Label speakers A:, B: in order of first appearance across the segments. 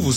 A: vos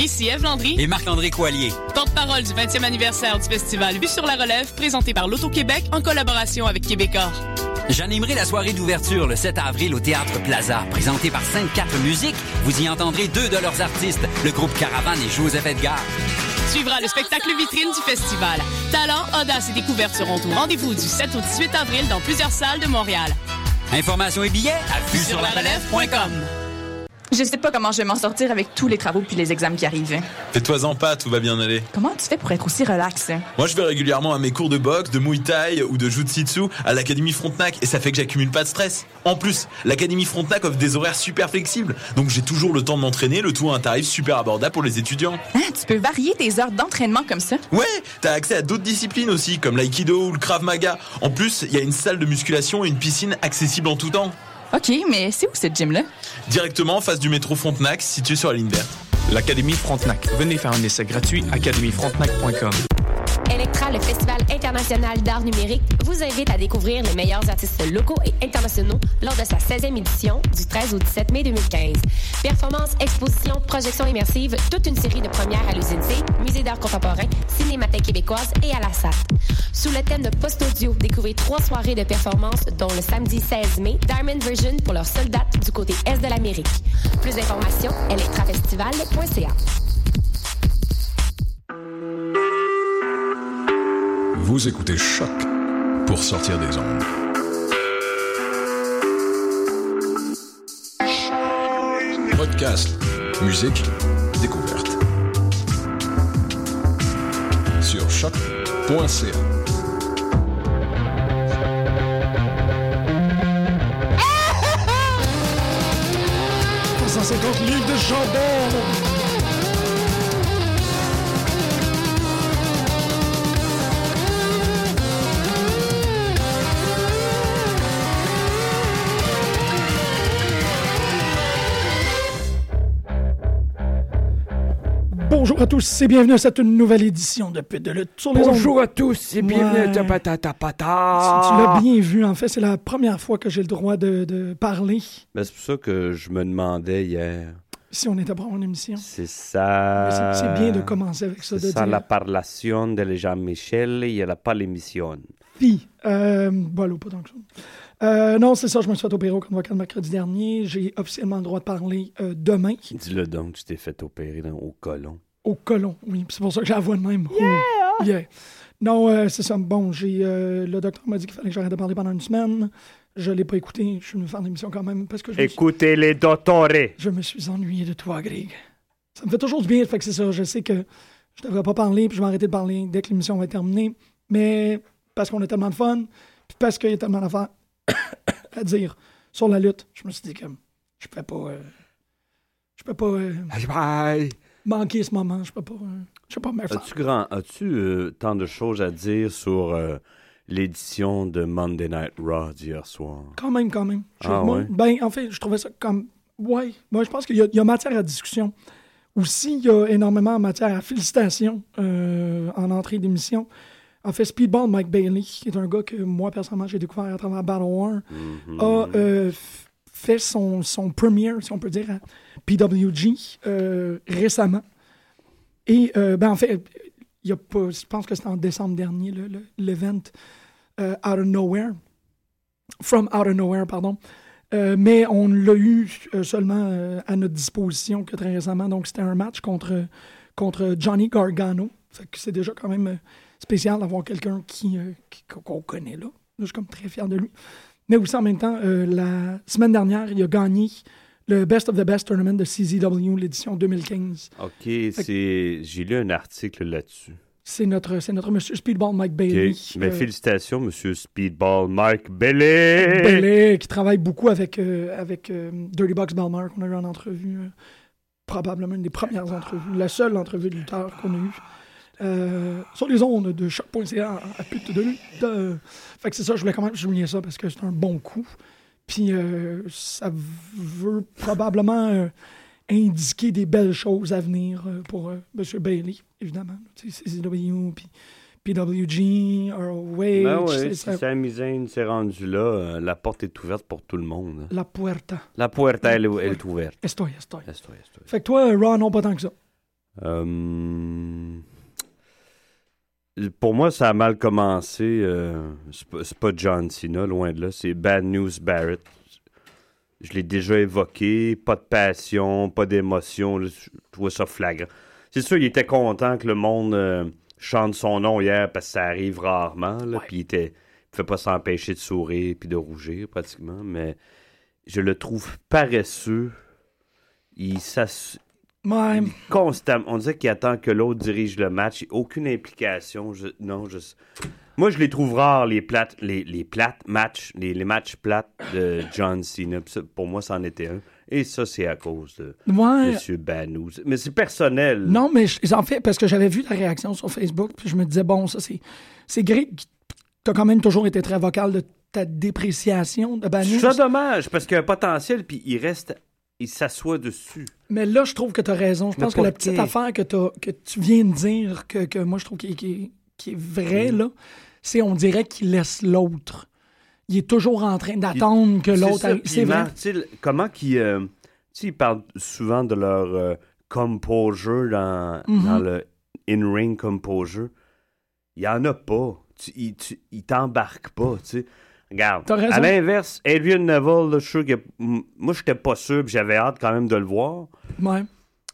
B: Ici Eve Landry
C: et Marc-André Coallier.
B: Porte-parole du 20e anniversaire du festival Vue sur la relève présenté par l'Auto-Québec en collaboration avec Québecor.
C: J'animerai la soirée d'ouverture le 7 avril au Théâtre Plaza, présentée par 5-4 Musique. Vous y entendrez deux de leurs artistes, le groupe Caravane et Joseph Edgar.
B: Suivra le spectacle vitrine du festival. Talent, audace et découverte seront au rendez-vous du 7 au 18 avril dans plusieurs salles de Montréal.
C: Informations et billets à vue sur la relève.com.
D: Je sais pas comment je vais m'en sortir avec tous les travaux puis les examens qui arrivent.
E: Fais-toi en pas, tout va bien aller.
D: Comment tu fais pour être aussi relax? hein?
E: Moi, je vais régulièrement à mes cours de boxe, de Muay Thai ou de Jiu-Jitsu à l'Académie Frontenac et ça fait que j'accumule pas de stress. En plus, l'Académie Frontenac offre des horaires super flexibles, donc j'ai toujours le temps de m'entraîner, le tout à un tarif super abordable pour les étudiants.
D: Hein, tu peux varier tes heures d'entraînement comme ça?
E: Ouais, t'as accès à d'autres disciplines aussi, comme l'aïkido ou le krav maga. En plus, il y a une salle de musculation et une piscine accessible en tout temps.
D: OK, mais c'est où cette gym-là?
E: Directement en face du métro Frontenac, situé sur la ligne verte.
F: L'Académie Frontenac. Venez faire un essai gratuit, académiefrontenac.com.
G: Electra, le Festival international d'art numérique, vous invite à découvrir les meilleurs artistes locaux et internationaux lors de sa 16e édition du 13 au 17 mai 2015. Performances, expositions, projections immersives, toute une série de premières à l'usine C, Musée d'art contemporain, Cinémathèque québécoise et à la SAT. Sous le thème de post-audio, découvrez trois soirées de performances, dont le samedi 16 mai, Diamond Version pour leur seule date du côté Est de l'Amérique. Plus d'informations, electrafestival.ca.
H: Vous écoutez Choc pour sortir des ondes. Podcast, musique, découverte. Sur choc.ca.
I: livres de chandelle Bonjour à tous et bienvenue à cette nouvelle édition de Pute de lutte sur les
J: Bonjour
I: ondes.
J: à tous et bienvenue
I: Ouais.
J: à Tapata
I: Si tu
J: Tapata.
I: l'as bien vu, en fait, c'est la première fois que j'ai le droit de, de parler
K: Ben, c'est pour ça que je me demandais hier.
I: si on était pour une émission.
K: C'est
I: Mais
K: ça.
I: c'est- c'est bien de commencer avec ça, de
K: Euh, C'est ça
I: dire.
K: la parlation de Jean-Michel, il n'y a pas l'émission.
I: Puis, euh, bon, allô, pas tant que ça. Euh, non, c'est ça, je me suis fait opérer au convocant le mercredi dernier. J'ai officiellement le droit de parler euh, demain
K: Dis-le donc, tu t'es fait opérer dans- au colon.
I: au colon. Oui, c'est pour ça que j'ai la voix de même. Oh, yeah. Non, euh, c'est ça. Bon, j'ai euh, le docteur m'a dit qu'il fallait que j'arrête de parler pendant une semaine. Je l'ai pas écouté. Je suis venu faire l'émission quand même parce que je me suis-
K: Écoutez les doctorés.
I: Je me suis ennuyé de toi, Greg. Ça me fait toujours du bien, fait que c'est ça. Je sais que je devrais pas parler, puis je vais arrêter de parler dès que l'émission va être terminée. Mais parce qu'on a tellement de fun, puis parce qu'il y a tellement d'affaires à dire sur la lutte, je me suis dit que je peux pas. euh, je peux pas euh,
J: Bye bye.
I: manquer ce moment. Je peux pas. euh, je peux pas me faire.
K: As-tu grand, as-tu euh, tant de choses à dire sur euh, l'édition de Monday Night Raw d'hier soir?
I: Quand même, quand même. Je-
K: Ah
I: moi,
K: ouais?
I: Ben, en fait, je trouvais ça comme. Ouais. Moi, je pense qu'il y, a- il y a matière à discussion. Aussi, il y a énormément de matière à félicitations euh, en entrée d'émission. En fait, Speedball Mike Bailey, qui est un gars que moi, personnellement, j'ai découvert à travers Battle War,
K: Mm-hmm.
I: a euh, f- fait son, son premiere, si on peut dire, à PWG euh, récemment. Et, euh, ben, en fait, il y a pas, je pense que c'était en décembre dernier, le- le- l'event euh, Out of Nowhere. From Out of Nowhere, pardon. Euh, mais on l'a eu euh, seulement euh, à notre disposition que très récemment. Donc, c'était un match contre, contre Johnny Gargano. Fait que c'est déjà quand même euh, spécial d'avoir quelqu'un qui, euh, qui- qu'on connaît là. Je suis comme très fier de lui. Mais aussi en même temps, euh, la semaine dernière, il a gagné le Best of the Best Tournament de CZW, l'édition 2015.
K: OK, c'est... j'ai lu un article là-dessus.
I: C'est notre, c'est notre monsieur Speedball Mike
K: OK,
I: Bailey.
K: Mais
I: euh,
K: félicitations, monsieur Speedball Mike Bailey.
I: Bellet, qui travaille beaucoup avec, euh, avec euh, Dirty Box Belmar, qu'on a eu en entrevue. euh, probablement une des premières entrevues, la seule entrevue de lutteur qu'on a eue. euh, sur les ondes de choc.ca à, à pute de lutte. Euh, fait que c'est ça, je voulais quand même souligner ça parce que c'est un bon coup. Puis euh, ça veut probablement euh, indiquer des belles choses à venir euh, pour euh, M. Bailey, évidemment. Tu sais, CCW, puis PWG, ROH.
K: Ben ouais,
I: c'est
K: si
I: ça.
K: Sami Zayn s'est rendu là, euh, la porte est ouverte pour tout le monde. hein.
I: La puerta.
K: La puerta, elle, est- elle est ouverte.
I: Estoy, estoy.
K: Estoy, estoy.
I: Fait que toi, Ron, non pas tant que ça.
K: Euh, Pour moi, ça a mal commencé. euh, c'est pas- c'est pas John Cena, loin de là. C'est Bad News Barrett. Je l'ai déjà évoqué. Pas de passion, pas d'émotion. là, Je trouvais ça flagrant. C'est sûr, il était content que le monde euh, chante son nom hier parce que ça arrive rarement. là, Puis il était. Il ne pas s'empêcher de sourire puis de rougir pratiquement. Mais je le trouve paresseux. Il s'ass-
I: Même.
K: constamment. On dirait qu'il attend que l'autre dirige le match. Aucune implication. Je- non, je... Moi, je les trouve rares, les plates, les, les plates matchs, les, les matchs plates de John Cena. Puis ça, pour moi, c'en était un. Et ça, c'est à cause de
I: Ouais.
K: Monsieur Banous. Mais c'est personnel.
I: Non, mais je- en fait, parce que j'avais vu ta réaction sur Facebook, puis je me disais, bon, ça, c'est, c'est Greg qui t'as quand même toujours été très vocal de ta dépréciation de
K: Je
I: Banus.
K: trouve ça dommage parce qu'il y a un potentiel, puis il reste, il s'assoit dessus.
I: Mais là, je trouve que tu as raison. Je
K: Mais
I: pense que la
K: pourquoi?
I: petite affaire que, t'as- que tu viens de dire, que, que moi, je trouve qui est, qui est- qui est vrai,
K: Mm.
I: là, c'est on dirait qu'il laisse l'autre. Il est toujours en train d'attendre que l'autre
K: ça,
I: arrive.
K: puis
I: C'est
K: il
I: vrai.
K: marque, tu sais, le- comment qu'ils. euh, tu sais, ils parlent souvent de leur euh, composure dans,
I: Mhm.
K: dans le in-ring composure. Il n'y en a pas. Tu, il- tu- il t'embarque pas, tu sais. Regarde,
I: T'as raison.
K: à l'inverse, Adrian Neville, là, je suis sûr que- m- moi, j'étais pas sûr, puis j'avais hâte quand même de le voir.
I: Ouais.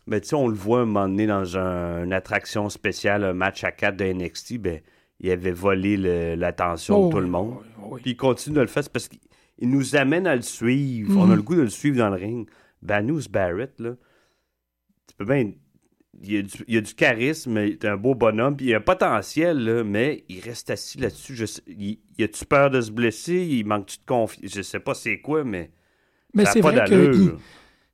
K: Mais tu sais, on le voit un moment donné dans un- une attraction spéciale, un match à 4 de NXT, ben, il avait volé le- l'attention
I: Oh,
K: de tout le
I: oui,
K: monde. Puis il continue de le faire c'est parce qu'il il nous amène à le suivre.
I: Mhm.
K: On a le goût de le suivre dans le ring. Banous Barrett, là, tu peux bien. Il a, du, il a du charisme, il est un beau bonhomme, puis il a un potentiel, là, mais il reste assis là-dessus. Je sais- Il, il a-tu peur de se blesser? Il manque-tu de confiance? Je sais pas c'est quoi, mais.
I: Mais
K: ça a
I: c'est
K: pas
I: vrai que
K: d'allure.
I: il-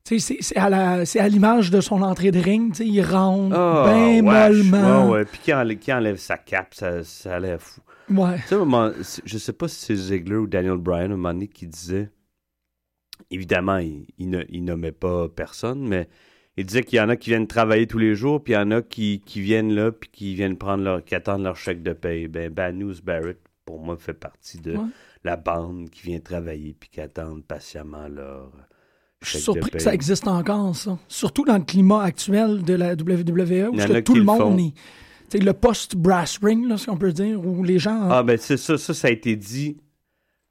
I: tu sais, c'est, c'est à la- c'est à l'image de son entrée de ring. tu sais, Il rentre
K: Ah,
I: ben
K: wesh.
I: mollement.
K: Ouais, ouais. Puis qui enlève, qui enlève sa cape, ça, ça a l'air fou.
I: Ouais.
K: Tu sais, à un moment- je sais pas si c'est Ziegler ou Daniel Bryan, à un moment donné, qui disait. Évidemment, il, il ne- il nommait pas personne, mais il disait qu'il y en a qui viennent travailler tous les jours, puis il y en a qui, qui viennent là, puis qui viennent prendre leur, qui attendent leur chèque de paye. Ben, Bad News Barrett, pour moi, fait partie de
I: Ouais.
K: la bande qui vient travailler, puis qui attendent patiemment leur
I: Je suis
K: chèque de
I: surpris
K: paye.
I: que ça existe encore, ça. Surtout dans le climat actuel de la WWE, où
K: Il y en
I: ce que
K: a
I: tout
K: qui
I: le
K: le
I: monde
K: font.
I: est. tu sais, le post-brass ring, là, si on peut dire, où les gens.
K: Ah, ben, c'est ça, ça, ça a été dit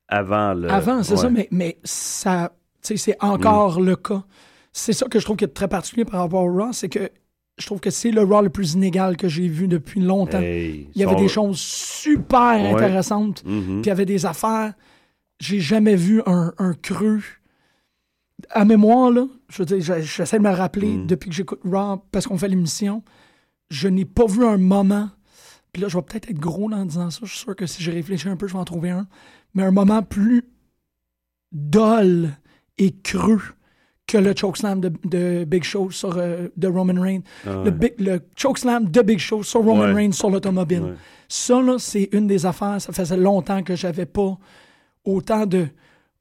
K: avant. le-
I: avant, c'est ça,
K: euh, ouais. Mm.
I: mais, mais ça. tu sais, c'est encore le cas. C'est ça que je trouve qui est très particulier par rapport au Raw, c'est que je trouve que c'est le Raw le plus inégal que j'ai vu depuis longtemps.
K: Hey,
I: il y avait
K: son-
I: des choses super
K: Ouais.
I: intéressantes, puis
K: Mhm.
I: il y avait des affaires. J'ai jamais vu un, un creux. À mémoire, là, je veux dire, j'ai- j'essaie de me rappeler
K: Mhm.
I: depuis que j'écoute Raw parce qu'on fait l'émission, je n'ai pas vu un moment. Puis là, je vais peut-être être gros en disant ça. Je suis sûr que si je réfléchis un peu, je vais en trouver un. Mais un moment plus dol et creux que le chokeslam de, de Big Show sur euh, de Roman Reigns.
K: Ah
I: Le,
K: ouais.
I: big, le chokeslam de Big Show sur Roman
K: Ouais.
I: Reigns sur l'automobile.
K: Ouais.
I: Ça, là, c'est une des affaires. Ça faisait longtemps que j'avais pas autant de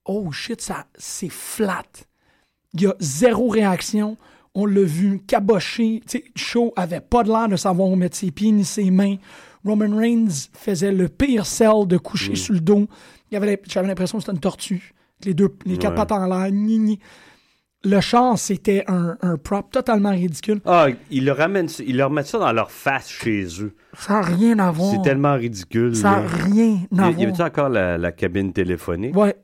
I: Oh shit, ça c'est flat. Il y a zéro réaction. On l'a vu cabocher. Tu sais, Shaw avait pas de l'air de savoir où mettre ses pieds ni ses mains. Roman Reigns faisait le pire sell de coucher
K: Mm.
I: sur le dos. Il avait l'im- J'avais l'impression que c'était une tortue. Les deux, les quatre
K: Ouais.
I: pattes en l'air, ni, ni. Le char, c'était un, un prop totalement ridicule.
K: Ah, ils leur, ramènent, ça- ils leur mettent ça dans leur face chez eux.
I: Ça n'a rien à voir.
K: C'est tellement ridicule.
I: Oh. Ça n'a
K: là.
I: rien
K: Il y
I: à
K: a- il y
I: voir.
K: avait-tu encore la, la cabine téléphonique?
I: Ouais.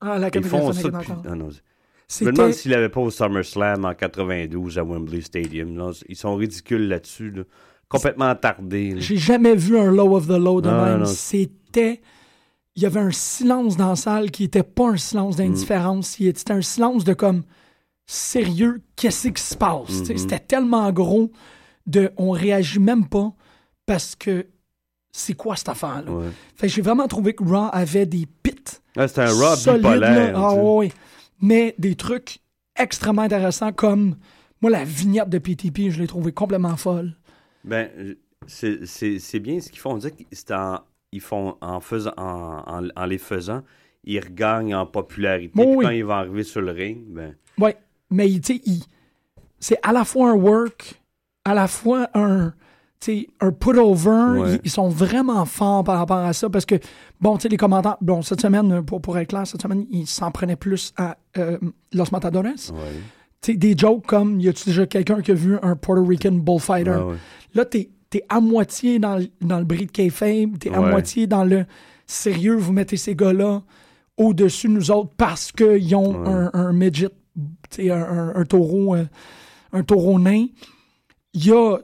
I: Ah, la
K: Ils
I: cabine
K: font
I: téléphonique
K: ça
I: est
K: depuis...
I: encore.
K: Ah non, Je me
I: hein. C'était
K: demande s'ils l'avaient pas au SummerSlam en 92 à Wembley Stadium. là. Ils sont ridicules là-dessus. là. Complètement attardés. là.
I: J'ai jamais vu un low of the low de
K: Non, non,
I: même.
K: non.
I: C'était. Il y avait un silence dans la salle qui n'était pas un
K: Mm.
I: silence d'indifférence. Il- C'était un silence de comme sérieux, qu'est-ce qui se passe? Tu
K: Mm-hmm.
I: sais, C'était tellement gros de on réagit même pas parce que c'est quoi cette affaire-là?
K: Ouais.
I: Fait que j'ai vraiment trouvé que Raw avait des pits.
K: Ah, C'était un rock
I: solide, là.
K: bipolaire.
I: Ah,
K: tu sais.
I: ouais, ouais. Mais des trucs extrêmement intéressants comme moi, la vignette de PTP, je l'ai trouvée complètement folle.
K: Ben, C'est c'est- c'est bien ce qu'ils font. On dirait que c'est en, ils font, en, faisant, en, en- en les faisant, ils regagnent en popularité.
I: Oui,
K: Puis
I: oui.
K: Quand ils vont arriver sur le ring, ben,
I: Ouais, mais tu sais, il- c'est à la fois un work, à la fois un, tu sais, un put-over.
K: Ouais.
I: Ils, ils sont vraiment forts par rapport à ça parce que, bon, tu sais, les commentaires, bon, cette semaine, pour, pour être clair, cette semaine, ils s'en prenaient plus à euh, Los Matadores. Tu sais, des jokes comme, y a-tu déjà quelqu'un qui a vu un Puerto Rican bullfighter?
K: Ah, Ouais, ouais.
I: Là, t'es es à moitié dans, le- dans le bris de kayfabe, t'es à
K: Ouais.
I: moitié dans le sérieux, vous mettez ces gars-là au-dessus de nous autres parce qu'ils ont
K: Ouais.
I: un, un midget, tu sais, un, un- un taureau, euh, un taureau nain. Il y a,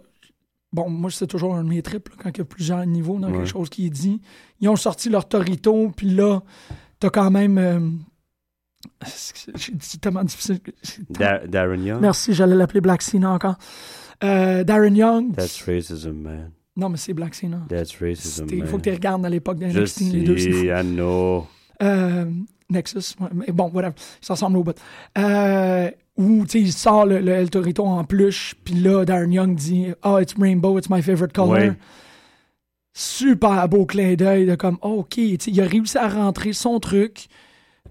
I: bon, moi c'est toujours un de mes trips là, quand il y a plusieurs niveaux dans
K: Ouais.
I: quelque chose qui est dit. Ils ont sorti leur torito, puis là, t'as quand même. euh, c'est c'est- c'est tellement difficile. que- c'est tellement-
K: Dar- Darren Young,
I: Merci, j'allais l'appeler Black Cena encore. Euh, Darren Young.
K: that's racism, man.
I: Non, mais c'est Black Cena.
K: That's racism,
I: Il
K: man.
I: faut que tu regardes à l'époque d'un
K: Je
I: NXT, les deux, c'est fou.
K: sais, I know.
I: Euh, Nexus, ouais, mais bon, whatever, ça ressemble au bout. Euh, où, tu sais, il sort le, le El Torito en pluche, puis là, Darren Young dit « Oh, it's rainbow, it's my favorite color
K: Ouais.
I: Super beau clin d'œil de comme oh, OK, tu sais, il a réussi à rentrer son truc.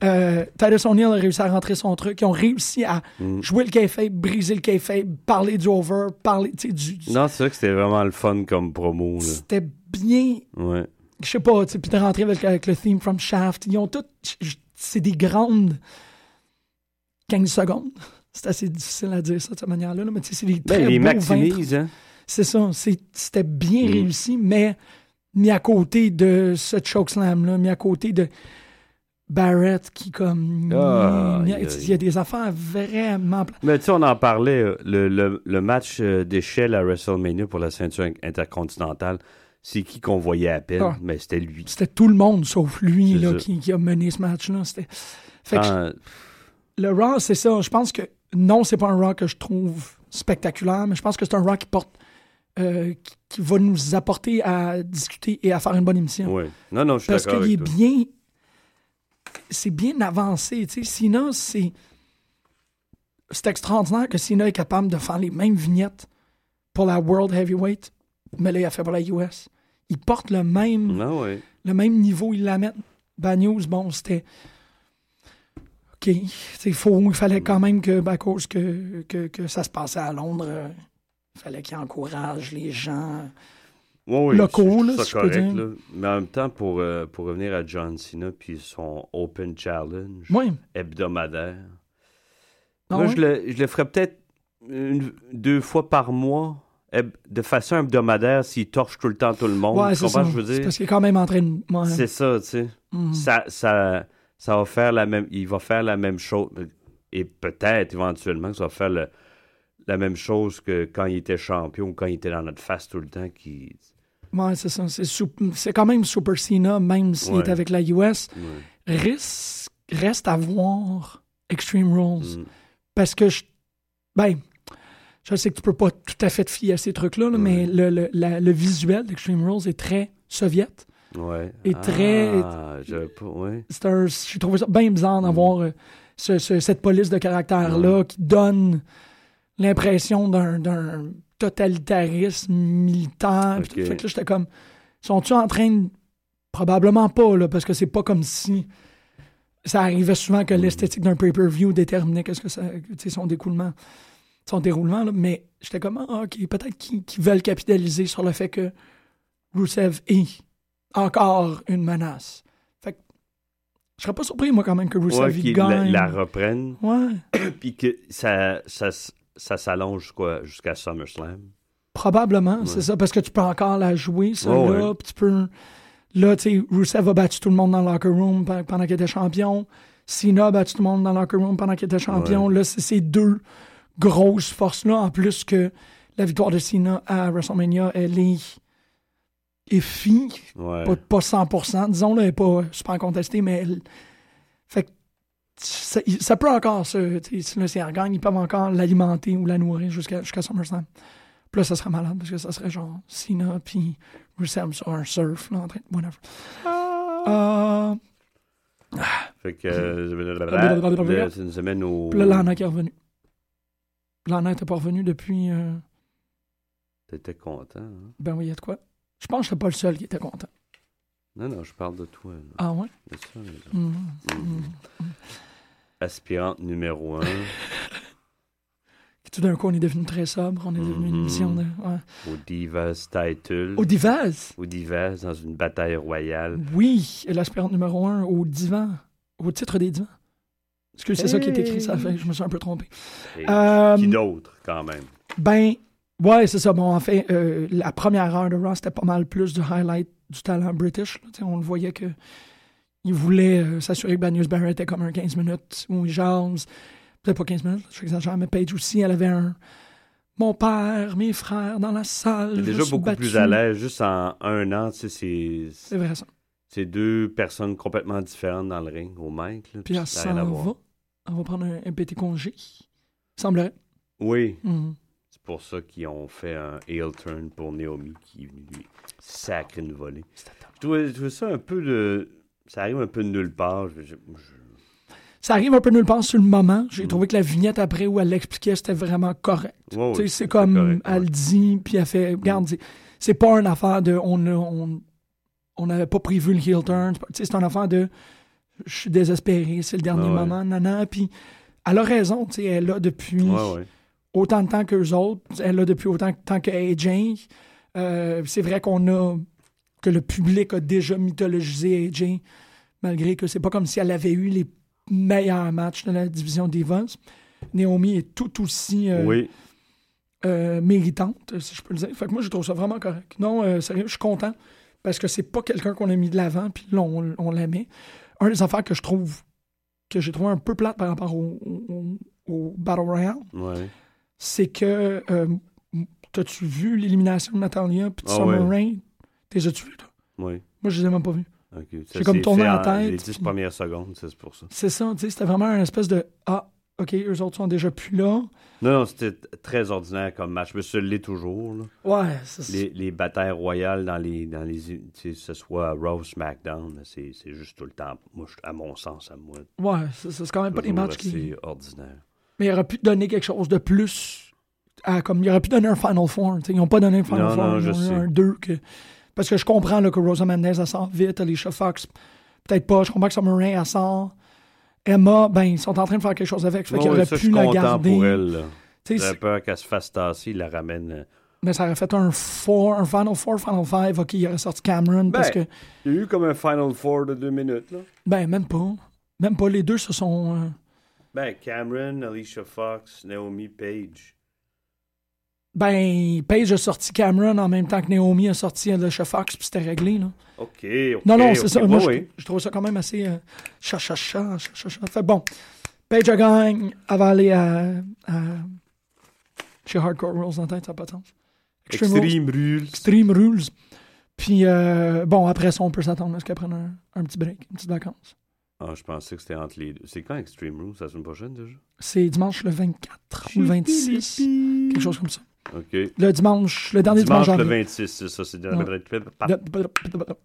I: Euh, Titus O'Neill a réussi à rentrer son truc. Ils ont réussi à
K: Mm.
I: jouer le kayfabe, briser le kayfabe, parler du over, parler, tu sais, du... du-
K: Non, c'est vrai que c'était vraiment le fun comme promo. Là.
I: C'était bien
K: Ouais.
I: je sais pas, tu sais, puis de rentrer avec, avec le theme from Shaft. Ils ont tout. C'est des grandes 15 secondes. C'est assez difficile à dire ça de cette manière-là, là, mais tu sais, c'est des très
K: Ben, il les
I: beaux 20
K: maximise, hein?
I: C'est ça. c'est- C'était bien
K: Mm.
I: réussi, mais mis à côté de ce chokeslam-là, mis à côté de Barrett qui, comme.
K: Ah,
I: il, y
K: aïe,
I: a,
K: aïe.
I: il y a des affaires vraiment. pla-
K: Mais tu sais, on en parlait, euh, le, le- le match euh, d'échelle à WrestleMania pour la ceinture in- intercontinentale, c'est qui qu'on voyait à peine?
I: Ah.
K: Mais c'était lui.
I: C'était tout le monde sauf lui
K: C'est
I: là,
K: ça.
I: qui, qui a mené ce match-là. C'était. Fait que je-
K: Ah,
I: le Raw, c'est ça. Je pense que non, c'est pas un Raw que je trouve spectaculaire, mais je pense que c'est un Raw qui porte, euh, qui, qui va nous apporter à discuter et à faire une bonne émission.
K: ouais. Non, non, je suis
I: Parce
K: d'accord
I: qu'il est
K: avec toi.
I: bien, c'est bien avancé. tu sais. Sinon, c'est c'est extraordinaire que Sina est capable de faire les mêmes vignettes pour la World Heavyweight, mais là, il a fait pour la US. Il porte le même
K: Non, Ah, ouais.
I: le même niveau, ils l'amènent. Bad News, bon, c'était. OK. C'est faux. Il fallait quand même que, à cause que, que, que ça se passait à Londres, euh, il fallait qu'il encourage les gens.
K: Ouais, ouais,
I: Locaux,
K: je- je trouve
I: là,
K: ça
I: si je peux
K: correct,
I: dire.
K: là. Mais en même temps, pour, euh, pour revenir à John Cena puis son Open Challenge
I: Oui.
K: hebdomadaire,
I: Ah
K: moi,
I: ouais?
K: je, le, je le ferais peut-être une- deux fois par mois heb- de façon hebdomadaire s'il torche tout le temps tout le monde.
I: Ouais,
K: tu
I: c'est
K: comprends
I: ça.
K: ce que je veux
I: C'est
K: dire?
I: parce qu'il est quand même en train de. ouais.
K: C'est ça, tu sais.
I: Mhm.
K: Ça, ça, ça va faire la même. Il va faire la même chose. Et peut-être éventuellement que ça va faire le- la même chose que quand il était champion ou quand il était dans notre face tout le temps. Qui...
I: Ouais, c'est ça. C'est, sou- c'est quand même Super Cena, même s'il
K: Ouais.
I: est avec la US. Risque- Reste à voir Extreme Rules. Parce que je. Ben, je sais que tu peux pas tout à fait te fier à ces trucs-là, là, mais le, le- la- le visuel d'Extreme Rules est très soviète.
K: Ouais.
I: Et très-
K: Ah, j'avais pas. Ouais.
I: C'est un- J'ai trouvé ça bien bizarre d'avoir euh, ce- ce- cette police de caractère-là qui donne l'impression d'un- d'un totalitarisme militaire. Puis
K: Ok.
I: tout. Fait que là, j'étais comme, sont-tu en train de... Probablement pas, là, parce que c'est pas comme si... Ça arrivait souvent que l'esthétique d'un pay-per-view déterminait qu'est-ce que ça, tu sais, son découlement, son déroulement, là, mais j'étais comme, ah, ok, peut-être qu'ils qu'ils veulent capitaliser sur le fait que Rusev est encore une menace. Fait que je serais pas surpris, moi, quand même, que Rusev
K: Ouais,
I: il
K: qu'ils la,
I: gagne.
K: la reprennent.
I: Ouais,
K: Puis que ça, ça, s- ça s'allonge jusqu'à, jusqu'à SummerSlam.
I: probablement, c'est ça, parce que tu peux encore la jouer, ça,
K: Ouais,
I: là,
K: ouais.
I: puis tu peux... Là, tu sais, Rusev a battu tout le monde dans le locker room pe- pendant qu'il était champion. Cena a battu tout le monde dans le locker room pendant qu'il était champion. Là, c'est ces deux grosses forces-là, en plus que la victoire de Cena à WrestleMania, elle est effie,
K: Ouais.
I: pas, pas 100%, disons, là, elle est pas euh, super contestée, mais elle- fait que ça, il- ça peut encore, se- tu sais, si le CR gagne, ils peuvent encore l'alimenter ou la nourrir jusqu'à jusqu'à SummerSlam. Puis là, ça serait malade, parce que ça serait genre Cena puis Rusev sur un surf, là, en train de... Whatever. Euh,
K: Fait que. euh, Ça nous amène au.
I: puis là, Lana qui est revenue. Lana était pas revenue depuis... euh,
K: T'étais content, hein?
I: Ben oui, il y a de quoi. Je pense que je serais pas le seul qui était content.
K: Non, non, je parle de toi. là.
I: Ah ouais?
K: De ça, là.
I: Mhm.
K: Mhm. Aspirante numéro un
I: Tout d'un coup, on est devenu très sobre. On est devenu une
K: Mhm.
I: émission de. ouais.
K: au Divas Title.
I: Au Divas?
K: Au Divas, dans une bataille royale.
I: Oui, et l'aspirante numéro un au divan, au titre des divans. Est-ce que c'est ça qui est écrit? Ça fait, je me suis un peu trompé.
K: Et
I: Euh,
K: qui d'autre, quand même?
I: Ben, ouais, c'est ça. Bon, en fait, euh, la première heure de Raw, c'était pas mal plus du highlight du talent british. là. Tu sais, On le voyait que il voulait euh, s'assurer que Bad News Barrett était comme un 15 minutes où il jase. Peut-être pas 15 minutes, je exagère, mais Paige aussi, elle avait un Mon père, mes frères dans la salle.
K: T'es
I: je
K: déjà
I: suis
K: beaucoup plus
I: battue.
K: à l'aise, juste en un an, tu sais, c'est-
I: C'est vrai ça.
K: c'est deux personnes complètement différentes dans le ring, au mic. Là,
I: Puis elle
K: ça n'a rien à
I: s'en
K: voir.
I: va. On va prendre un, un petit congé. Semblerait.
K: Oui,
I: Mhm.
K: c'est pour ça qu'ils ont fait un heel turn pour Naomi qui est venue lui sacrer une volée. Je trouvais, je trouvais ça un peu de... Ça arrive un peu de nulle part. Je- je- je-
I: Ça arrive un peu nulle part sur le moment. J'ai
K: Mhm.
I: trouvé que la vignette après où elle l'expliquait, c'était vraiment correct.
K: Ouais, ouais, Mhm.
I: Tu sais, c'est
K: c'est
I: comme
K: correct,
I: elle dit, puis elle fait Regarde, c'est- c'est pas une affaire de on a- on on n'avait pas prévu le heel turn. C'est pas- tu sais, C'est une affaire de je suis désespéré, c'est le dernier
K: Ouais, ouais.
I: moment, nana. Puis elle a raison, tu sais, elle est là depuis
K: Ouais, ouais.
I: autant de temps qu'eux autres, elle est là depuis autant de temps que AJ. Euh, c'est vrai qu'on a que le public a déjà mythologisé AJ, malgré que c'est pas comme si elle avait eu les meilleurs matchs de la division Divas. Naomi est tout aussi euh,
K: Oui.
I: euh, méritante, si je peux le dire. Fait que moi, je trouve ça vraiment correct. Non, euh, sérieux, je suis content parce que c'est pas quelqu'un qu'on a mis de l'avant, puis là, on, on la met. Un des affaires que je trouve que j'ai trouvé un peu plate par rapport au, au- au Battle Royale,
K: Ouais.
I: c'est que euh, m- t'as-tu vu l'élimination de Natalia puis de
K: Ah
I: Summer
K: ouais.
I: Rain? T'es as-tu vu, toi?
K: Oui.
I: Moi, je les ai même pas vus.
K: Ok.
I: J'ai comme tourné
K: fait
I: la
K: en-
I: tête,
K: Les 10
I: puis-
K: premières secondes, c'est pour ça.
I: C'est ça, tu sais, c'était vraiment un espèce de Ah, OK, eux autres sont déjà plus là.
K: Non, non, c'était très ordinaire comme match. Mais ça l'est toujours. là.
I: Ouais, c'est ça.
K: Les, les batailles royales dans les. Dans les tu sais, que ce soit Raw, SmackDown, là, c'est c'est juste tout le temps. Moi, je- à mon sens, à moi.
I: Ouais, c'est ça, c'est quand même pas des matchs qui.
K: C'est euh, ordinaire.
I: Mais il aurait pu donner quelque chose de plus. À, comme, il aurait pu donner un Final Four. tu sais, Ils n'ont pas donné un Final
K: Non,
I: Four.
K: non,
I: ils
K: je
I: ont eu
K: sais.
I: un 2. Que... Parce que je comprends là, que Rosa Mendez, elle sort vite. Alicia Fox, peut-être pas. Je comprends que Summer Rain, elle sort. Emma, ben, ils sont en train de faire quelque chose avec. Fait
K: Ouais,
I: qu'il
K: ouais,
I: aurait
K: ça, je
I: pu
K: suis
I: la
K: content
I: garder.
K: pour elle. là.
I: Tu sais,
K: J'ai peur qu'elle se fasse tasser, il la ramène. euh.
I: Mais ça aurait fait un, four, un Final Four, Final Five. OK, il aurait sorti Cameron parce que.
K: Ben, Il y a eu comme un Final Four de deux minutes. Là.
I: Ben, même pas. Même pas. Les deux se sont. euh,
K: Ben, Cameron, Alicia Fox, Naomi Page.
I: Ben, Paige a sorti Cameron en même temps que Naomi a sorti Alicia Fox, puis c'était réglé, là.
K: OK. ok,
I: Non, non, c'est
K: Eh, ok.
I: ça.
K: Ouais,
I: Moi,
K: ouais.
I: je, je trouve ça quand même assez. euh, cha cha cha cha cha cha. Fait bon. Paige elle gagne. Elle va aller à. à- chez Hardcore Rules dans la tête, ça n'a pas de sens. Extreme Rules.
K: Extreme Rules.
I: Extreme Rules. Puis, euh, bon, après ça, on peut s'attendre à ce qu'elle prenne un, un petit break, une petite vacance.
K: Ah, je pensais que c'était entre les deux. C'est quand Extreme Rules? La semaine prochaine déjà?
I: C'est dimanche le 24 ou le 26, quelque chose comme ça.
K: OK.
I: Le dimanche, le dernier dimanche,
K: Dimanche le
I: janvier.
K: 26, c'est ça. C'est dans
I: Ouais.
K: la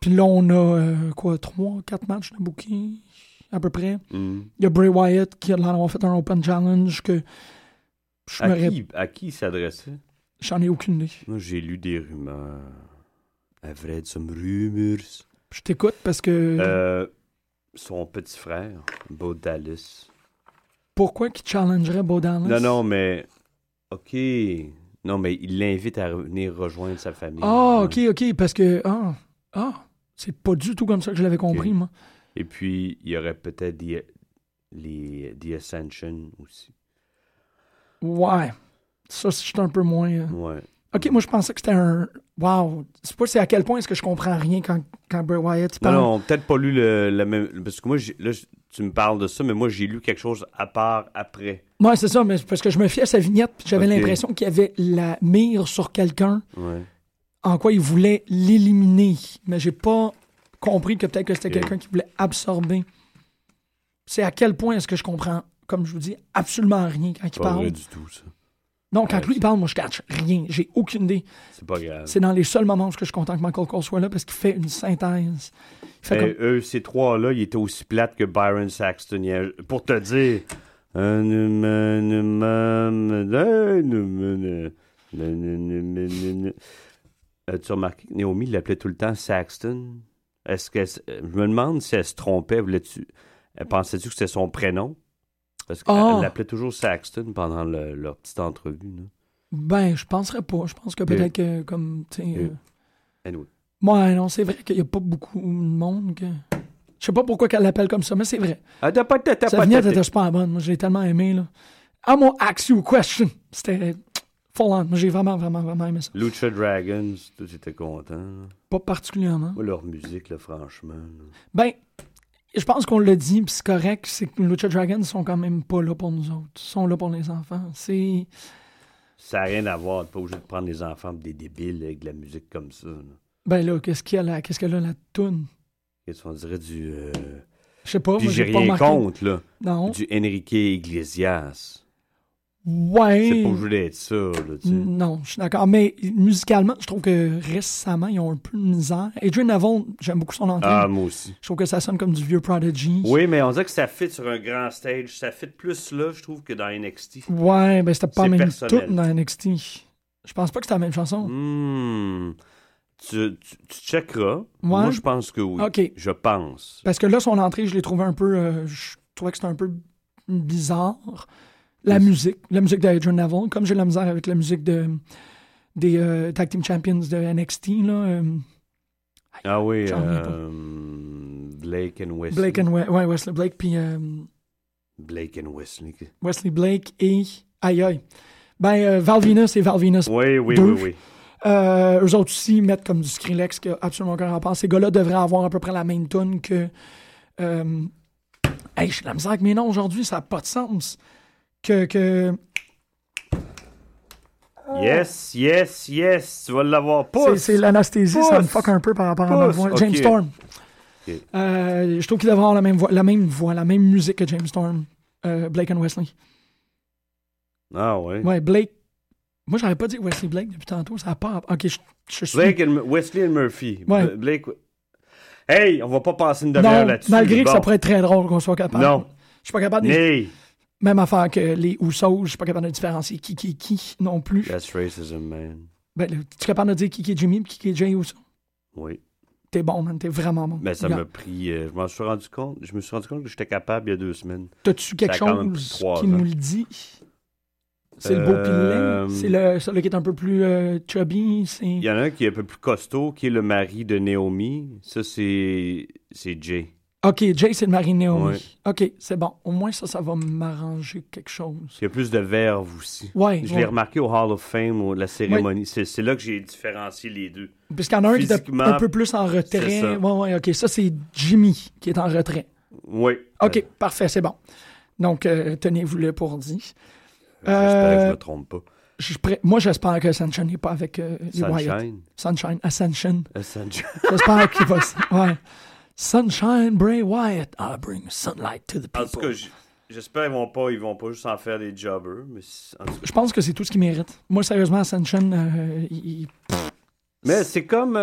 I: Puis là, on a euh, quoi, 3, 4 matchs de booking, à peu près.
K: Mm.
I: Il y a Bray Wyatt qui a l'air d'avoir fait un open challenge que je me
K: à
I: rép-
K: qui, à qui il s'adressait?
I: J'en ai aucune idée.
K: Moi, j'ai lu des rumeurs. À vrai, de some rumors.
I: Je t'écoute parce que
K: Euh, son petit frère, Bo Dallas.
I: pourquoi qu'il challengerait Bo Dallas?
K: Non, non, mais. OK. Non, mais il l'invite à venir rejoindre sa famille.
I: Ah,
K: Ouais.
I: ok, ok, parce que. Ah, ah, c'est pas du tout comme ça que je l'avais compris,
K: Ok.
I: moi.
K: Et puis, il y aurait peut-être des- les The Ascension aussi.
I: Ouais. Ça, c'est un peu moins. euh,
K: Ouais.
I: Ok, moi, je pensais que c'était un. Wow. C'est pas c'est à quel point est-ce que je comprends rien quand, quand Bray Wyatt
K: Non,
I: parle.
K: non, peut-être pas lu le, la même. Parce que moi, j'ai- là, j- tu me parles de ça, mais moi, j'ai lu quelque chose à part après.
I: Ouais, c'est ça, mais c'est parce que je me fiais à sa vignette, puis j'avais
K: Ok.
I: l'impression qu'il y avait la mire sur quelqu'un,
K: Ouais.
I: en quoi il voulait l'éliminer. Mais j'ai pas compris que peut-être que c'était
K: Ok.
I: quelqu'un qui voulait absorber. C'est à quel point est-ce que je comprends, comme je vous dis, absolument rien quand il
K: Pas
I: parle.
K: vrai du tout, ça.
I: Non, quand
K: Ouais.
I: lui il parle, moi je catch rien. J'ai aucune idée.
K: C'est pas grave.
I: C'est dans les seuls moments où je suis content que Michael Cole soit là parce qu'il fait une synthèse. Il fait
K: Mais
I: comme-
K: eux, ces trois-là, ils étaient aussi plates que Byron Saxton. Il y a- Pour te dire. Un humain, un humain, un humain, un humain. Ne- ne- ne- ne- ne- ne. As-tu remarqué que Naomi l'appelait tout le temps Saxton? Est-ce qu'elle s- euh, Je me demande si elle se trompait. Voulais-tu... Elle pensait-tu que c'était son prénom? Parce qu'elle
I: Oh.
K: elle l'appelait toujours Saxton pendant le- leur petite entrevue. là.
I: Ben, je penserais pas. Je pense que peut-être
K: Yeah.
I: que, comme, tu sais...
K: Yeah.
I: euh,
K: Anyway.
I: Ouais, non, c'est vrai qu'il n'y a pas beaucoup de monde que... Je sais pas pourquoi qu'elle l'appelle comme ça, mais c'est vrai.
K: Ah, t'as pas- t'as- t'as
I: Sa
K: pas-
I: vignette
K: t'as-
I: était super bonne. Moi, je l'ai tellement aimé, là. I'm gonna ask you a question. C'était full on. Moi, j'ai vraiment, vraiment, vraiment aimé ça.
K: Lucha Dragons, tout était content. là.
I: Pas particulièrement.
K: Moi, leur musique, là, franchement. là.
I: Ben, je pense qu'on l'a dit, puis c'est correct, c'est que Lucha Dragons sont quand même pas là pour nous autres. Ils sont là pour les enfants. C'est...
K: Ça n'a rien à voir. T'es pas obligé de prendre les enfants pour des débiles avec de la musique comme ça. là.
I: Ben là, qu'est-ce qu'il y a là? Qu'est-ce qu'elle a la toune?
K: Qu'est-ce qu'on dirait du. euh,
I: Je sais pas,
K: Puis
I: moi,
K: j'ai
I: j'ai pas
K: rien
I: remarqué.
K: contre, là.
I: Non.
K: Du Enrique Iglesias.
I: Ouais.
K: C'est pas obligé d'être ça, là, tu sais.
I: Non, je suis d'accord. Mais musicalement, je trouve que récemment, ils ont un peu de misère. Adrian Neville, j'aime beaucoup son entrée.
K: Ah, moi aussi.
I: Je trouve que ça sonne comme du vieux Prodigy.
K: Oui, mais on dirait que ça fit sur un grand stage. Ça fit plus là, je trouve, que dans NXT.
I: Ouais, ben c'était pas
K: C'est
I: la même
K: personnel. Mm.
I: toute dans NXT. Je pense pas que c'était la même chanson.
K: Hmm. Tu, tu, tu checkeras. Moi, je pense que oui.
I: OK.
K: Je pense.
I: Parce que là, son entrée, je l'ai trouvée un peu. euh, je trouvais que c'était un peu bizarre. La musique, la musique d'Adrian Neville, comme j'ai de la misère avec la musique de, des euh, Tag Team Champions de NXT, là, euh,
K: Ah oui.
I: j'en reviens pas.
K: euh, Blake and Wesley.
I: Blake and We- ouais, Wesley Blake, puis euh,
K: Blake and Wesley.
I: Wesley Blake et. Aïe aïe. Ben, euh, Val Venus et Val Venus
K: Oui, oui,
I: Deux.
K: oui, oui.
I: Euh, eux autres aussi mettent comme du Skrillex qui a absolument aucun rapport. Ces gars-là devraient avoir à peu près la même tune que. Euh, hey, j'ai de la misère avec mes noms aujourd'hui, ça n'a pas de sens. Que. que
K: Yes, yes, yes. Tu vas l'avoir.
I: c'est-
K: Pousse.
I: c'est l'anesthésie, ça me
K: Pousse.
I: fuck un peu par rapport à ma
K: Pousse,
I: voix.
K: ok.
I: James Storm.
K: Ok.
I: Euh, je trouve qu'il devrait avoir la même, voix, la même voix, la même musique que James Storm, euh, Blake and Wesley.
K: Ah oui.
I: Ouais, Blake. Moi, j'aurais pas dit Wesley Blake depuis tantôt, ça n'a pas. Ok, je, je suis.
K: Blake and- Wesley and Murphy.
I: Ouais.
K: Bla- Blake. Hey, on va pas passer une demi-heure
I: non,
K: là-dessus.
I: malgré que
K: Bon.
I: ça Ah, pourrait être très drôle qu'on soit capable.
K: Non.
I: Je suis pas capable de.
K: Hey,
I: Même affaire que les Houssos, je suis pas capable de différencier qui qui est qui non plus.
K: that's racism, man.
I: Ben, là, tu es capable de dire qui qui est Jimmy et qui qui est Jay Houssos.
K: Oui.
I: T'es bon, man, t'es vraiment bon.
K: Mais ça
I: Regarde,
K: m'a pris. euh, je m'en suis rendu compte. Je me suis rendu compte que j'étais capable il y a deux semaines.
I: T'as-tu quelque
K: ça a quand même pris
I: chose
K: trois
I: qui
K: ans.
I: nous le dit? C'est le beau
K: Euh,
I: pilin, c'est le, celui qui est un peu plus euh, chubby, c'est...
K: Il y en a un qui est un peu plus costaud, qui est le mari de Naomi. Ça, c'est. C'est Jay.
I: Ok, Jay, c'est le mari de Naomi.
K: Ouais.
I: Ok, c'est bon. Au moins, ça, ça va m'arranger quelque chose.
K: Il y a plus de verve aussi.
I: Ouais,
K: Je
I: ouais.
K: l'ai remarqué au Hall of Fame, au- la cérémonie. C'est c'est là que j'ai différencié les deux.
I: Puisqu'il y en a un qui est
K: Physiquement,
I: un peu plus en retrait.
K: c'est ça.
I: Ouais, ouais, ok, ça, c'est Jimmy qui est en retrait.
K: Oui.
I: OK, parfait, c'est bon. Donc, euh, tenez-vous-le pour dit.
K: Ben, J'espère que je
I: Euh,
K: me trompe pas.
I: je suis prêt- Moi, j'espère que Sunshine n'est pas avec euh, les Wyatt.
K: Sunshine.
I: Sunshine, Ascension.
K: Euh, Sunshine.
I: J'espère qu'il va... Ouais. Sunshine, Bray Wyatt. I bring sunlight to the
K: En tout
I: people.
K: cas, j- j'espère qu'ils vont pas, ils vont pas juste en faire des jobbers, mais c- en tout cas.
I: Je pense que c'est tout ce qu'il mérite. Moi, sérieusement, Ascension, euh, il- il-
K: Mais c'est comme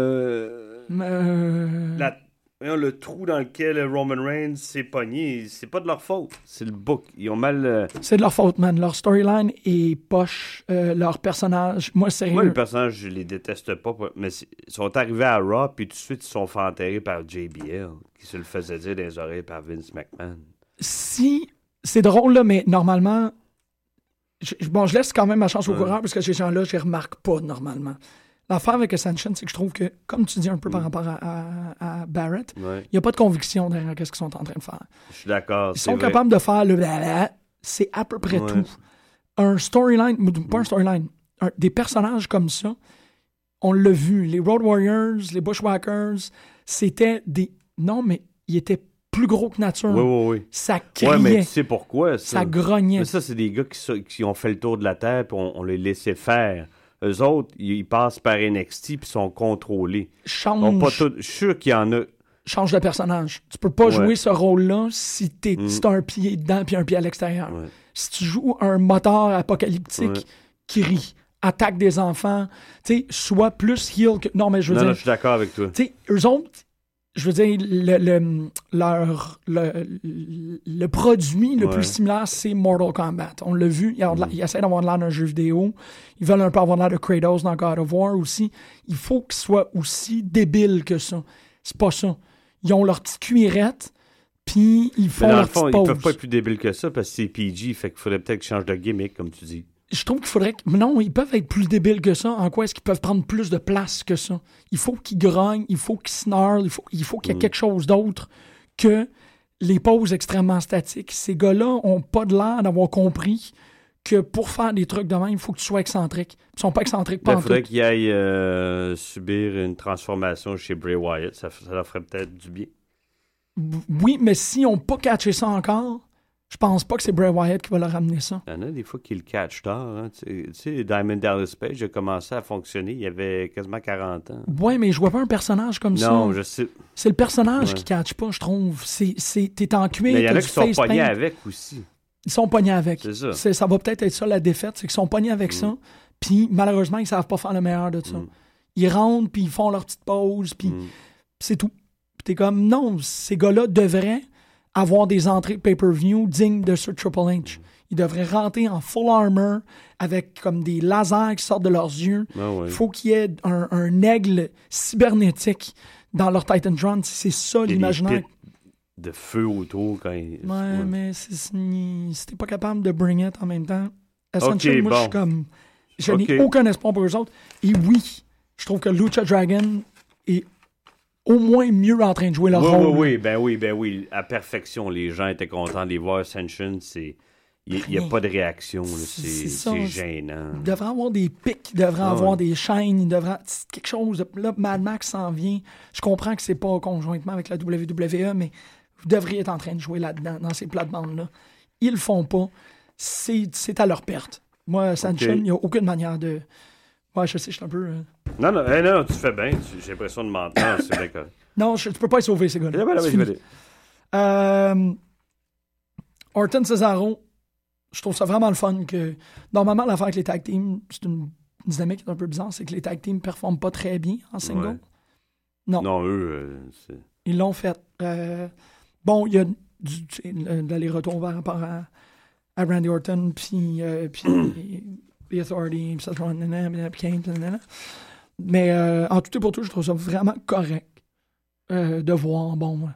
K: euh,
I: euh,
K: la- voyons, le trou dans lequel Roman Reigns s'est pogné, c'est pas de leur faute, c'est le book. Ils ont mal. euh,
I: C'est de leur faute, man. Leur storyline est poche. Euh, leur personnage... Moi, sérieux...
K: Moi, les personnages, je les déteste pas, pour- mais c'est- ils sont arrivés à Raw, puis tout de suite, ils se sont fait enterrer par JBL, qui se le faisait dire dans les oreilles par Vince McMahon.
I: si c'est drôle là, mais normalement, je, je- bon, je laisse quand même ma chance au coureur parce que ces gens-là, je les remarque pas normalement. L'affaire avec Ascension, c'est que je trouve que, comme tu dis un peu par rapport à, à- à Barrett, il
K: Mm. Ouais.
I: n'y a pas de conviction derrière ce qu'ils sont en train de faire.
K: Je suis d'accord.
I: Ils
K: c'est
I: sont
K: vrai.
I: capables de faire le blablabla, c'est à peu près
K: Ouais. Mm.
I: tout. Un storyline, pas un storyline, un- des personnages comme ça, on l'a vu. Les Road Warriors, les Bushwhackers, c'était des. Non, mais ils étaient plus gros que nature.
K: Oui, oui, oui.
I: Ça criait.
K: Ouais, mais tu sais pourquoi ça?
I: Ça grognait.
K: Mais ça, c'est des gars qui, so- qui ont fait le tour de la terre puis on, on les laissait faire. Eux autres, ils ils passent par NXT puis sont contrôlés. Ils
I: change,
K: ont pas tout. Je suis sûr qu'il y en a.
I: change de personnage. Tu peux pas
K: Ouais. Mm.
I: jouer ce rôle-là si t'es si t'as un pied dedans puis un pied à l'extérieur.
K: Ouais.
I: Si tu joues un moteur apocalyptique
K: Ouais.
I: qui rit, attaque des enfants, tu sais, sois plus heal que. Non, mais je veux
K: Non, non,
I: dire,
K: je suis d'accord avec toi.
I: tu sais, eux autres, je veux dire, le, le- leur, le, le produit le
K: Ouais. Mm.
I: plus similaire, c'est Mortal Kombat. On l'a vu, ils, ont de la- ils essaient d'avoir de l'air d'un jeu vidéo. Ils veulent un peu avoir de l'air de Kratos dans God of War aussi. Il faut qu'ils soient aussi débiles que ça. C'est pas ça. Ils ont leur petite cuirette, puis ils font
K: Mais dans le
I: leur
K: fond, ils
I: petite pause.
K: peuvent pas être plus débiles que ça parce que c'est PG, fait qu'il faudrait peut-être qu'ils changent de gimmick, comme tu dis.
I: je trouve qu'il faudrait que... Non, ils peuvent être plus débiles que ça. En quoi est-ce qu'ils peuvent prendre plus de place que ça? Il faut qu'ils grognent, il faut qu'ils snarlent, il faut, il faut
K: Mm.
I: qu'il y ait quelque chose d'autre que les pauses extrêmement statiques. Ces gars-là ont pas de l'air d'avoir compris que pour faire des trucs de même, il faut que tu sois excentrique. Ils sont pas excentriques
K: Ben,
I: pas
K: Il faudrait
I: tout.
K: qu'ils aillent euh, subir une transformation chez Bray Wyatt. Ça, ça leur ferait peut-être du bien.
I: Oui, mais si on pas catché ça encore, je pense pas que c'est Bray Wyatt qui va leur ramener ça.
K: Il y en a des fois qui le catchent tard. hein. Tu sais- tu sais, Diamond Dallas Page a commencé à fonctionner. Il avait quasiment 40 ans.
I: Ouais, mais je vois pas un personnage comme ça.
K: non, je sais.
I: C'est le personnage
K: Ouais.
I: qui catch pas, je trouve. C'est, c'est, t'es en cuir,
K: Mais il y en
I: t'as
K: a
I: du
K: qui sont
I: face
K: pognés
I: paint.
K: avec aussi.
I: Ils sont pognés avec.
K: C'est ça. Mm.
I: C'est- va peut-être être ça la défaite, c'est qu'ils sont pognés avec ça. Puis malheureusement, ils savent pas faire le meilleur de ça. Ils rentrent, puis ils font leur petite pause, puis
K: Mm.
I: c'est tout. Puis t'es comme, non, ces gars-là devraient avoir des entrées pay-per-view dignes de ce Triple H.
K: Mm.
I: Ils devraient rentrer en full armor avec comme des lasers qui sortent de leurs yeux.
K: Ah ouais.
I: Il faut qu'il y ait un, un aigle cybernétique dans leur Titan Tron. C'est ça
K: Il y a des
I: l'imaginaire.
K: pits de feu autour quand ils-
I: Ouais,
K: Ouais.
I: mais si, si- si t'es pas capable de bring it en même temps, Ascension,
K: Ok,
I: moi, je suis
K: bon.
I: comme. Je
K: Ok.
I: n'ai aucun espoir pour eux autres. Et oui, je trouve que Lucha Dragon est au moins mieux en train de jouer leur
K: Oui,
I: rôle.
K: oui, oui, ben oui, ben oui, à perfection, les gens étaient contents de les voir. Ascension, c'est. Il n'y a pas de réaction, là. c'est
I: C'est ça,
K: c'est
I: c'est-
K: gênant.
I: Ils devraient avoir des pics, ils devraient
K: Ah
I: avoir
K: ouais.
I: des chaînes, ils devraient. c'est quelque chose. de- Là, Mad Max s'en vient. Je comprends que c'est pas conjointement avec la WWE, mais vous devriez être en train de jouer là-dedans, dans ces plates-bandes-là. Ils le font pas. C'est c'est à leur perte. Moi, Sanchez,
K: Ok.
I: il n'y a aucune manière de. Ouais, je sais, je suis un peu. euh,
K: Non, non, eh, non, non, tu fais bien, tu- j'ai l'impression de m'entendre, c'est bien correct.
I: Non, je, tu peux pas les sauver, ces gars-là.
K: Eh ben, là,
I: C'est
K: je vais
I: fini.
K: dire.
I: Euh, Orton Cesaro, je trouve ça vraiment le fun que. Normalement, l'affaire avec les tag teams, c'est une dynamique qui est un peu bizarre, c'est que les tag teams performent pas très bien en single.
K: Ouais.
I: Non.
K: Non, eux, euh, c'est-
I: Ils l'ont fait. Euh, bon, il y a du, tu sais, le- l'aller-retour par rapport à, à Randy Orton, puis, euh, puis The Authority, puis Seth Rollins, nanana, nanana, puis Kane, nanana. Mais euh, en tout et pour tout, je trouve ça vraiment correct euh, de voir, bon,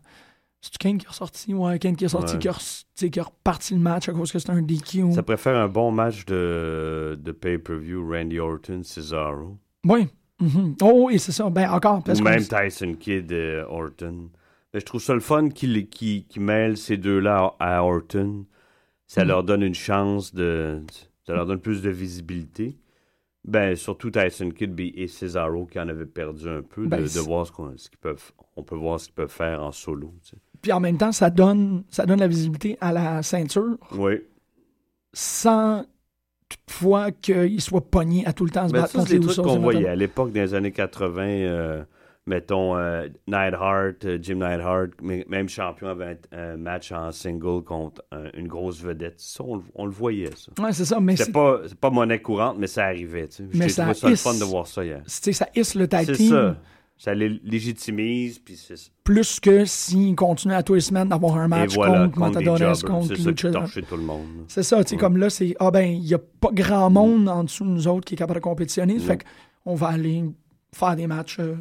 I: c'est Kane qui est ressorti, ouais, Kane qui est sorti,
K: Ouais.
I: qui, a, re- tu sais, qui a reparti le match à cause que c'était un DQ.
K: ça préfère un bon match de, de pay-per-view, Randy Orton, Cesaro.
I: Oui. mhm. Oh, oui, c'est ça. Ben, encore, parce
K: Ou
I: qu'on-
K: même Tyson Kidd, euh, Orton. Mais je trouve ça le fun qu'il qu'il- qu'il mêle ces deux-là à, à Orton.
I: Mm.
K: Ça leur donne une chance de. Ça leur donne plus de visibilité. Ben, surtout Tyson Kidd et Cesaro qui en avaient perdu un peu, de-
I: Ben,
K: de,
I: c'est-
K: voir ce qu'on ce qu'ils peuvent. On peut voir ce qu'ils peuvent faire en solo. tu sais.
I: Puis en même temps, ça donne, ça donne la visibilité à la ceinture
K: Oui.
I: sans toutefois qu'il soit pogné à tout le temps à se
K: Ben,
I: battre
K: ça,
I: contre
K: c'est
I: les
K: des trucs
I: Usos,
K: qu'on
I: et
K: voyait
I: notamment-
K: à l'époque des années 80. euh, mettons, euh, Neidhart, euh, Jim Neidhart, m- même champion avait un, un match en single contre un- une grosse vedette. Ça, on, le- on le voyait, ça.
I: Ouais, c'est ça, mais
K: C'était
I: c'est-
K: pas, c'est pas monnaie courante, mais ça arrivait. tu sais.
I: Mais
K: J'ai
I: ça
K: trouvé ça le
I: hisse.
K: fun de voir ça hier.
I: tu sais, ça hisse le tag
K: C'est
I: team
K: ça. Ça les légitimise, puis c'est ça.
I: plus que s'il continue à tous les semaines d'avoir un
K: Et
I: match
K: voilà,
I: contre
K: contre des
I: Matadonis,
K: jobbers.
I: contre
K: C'est ça qui
I: Lucha.
K: torchait tout le monde.
I: C'est ça, tu sais, comme là, c'est Ah ben, il n'y a pas grand monde en dessous de nous autres qui est capable de compétitionner. Fait qu'on va aller faire des matchs euh,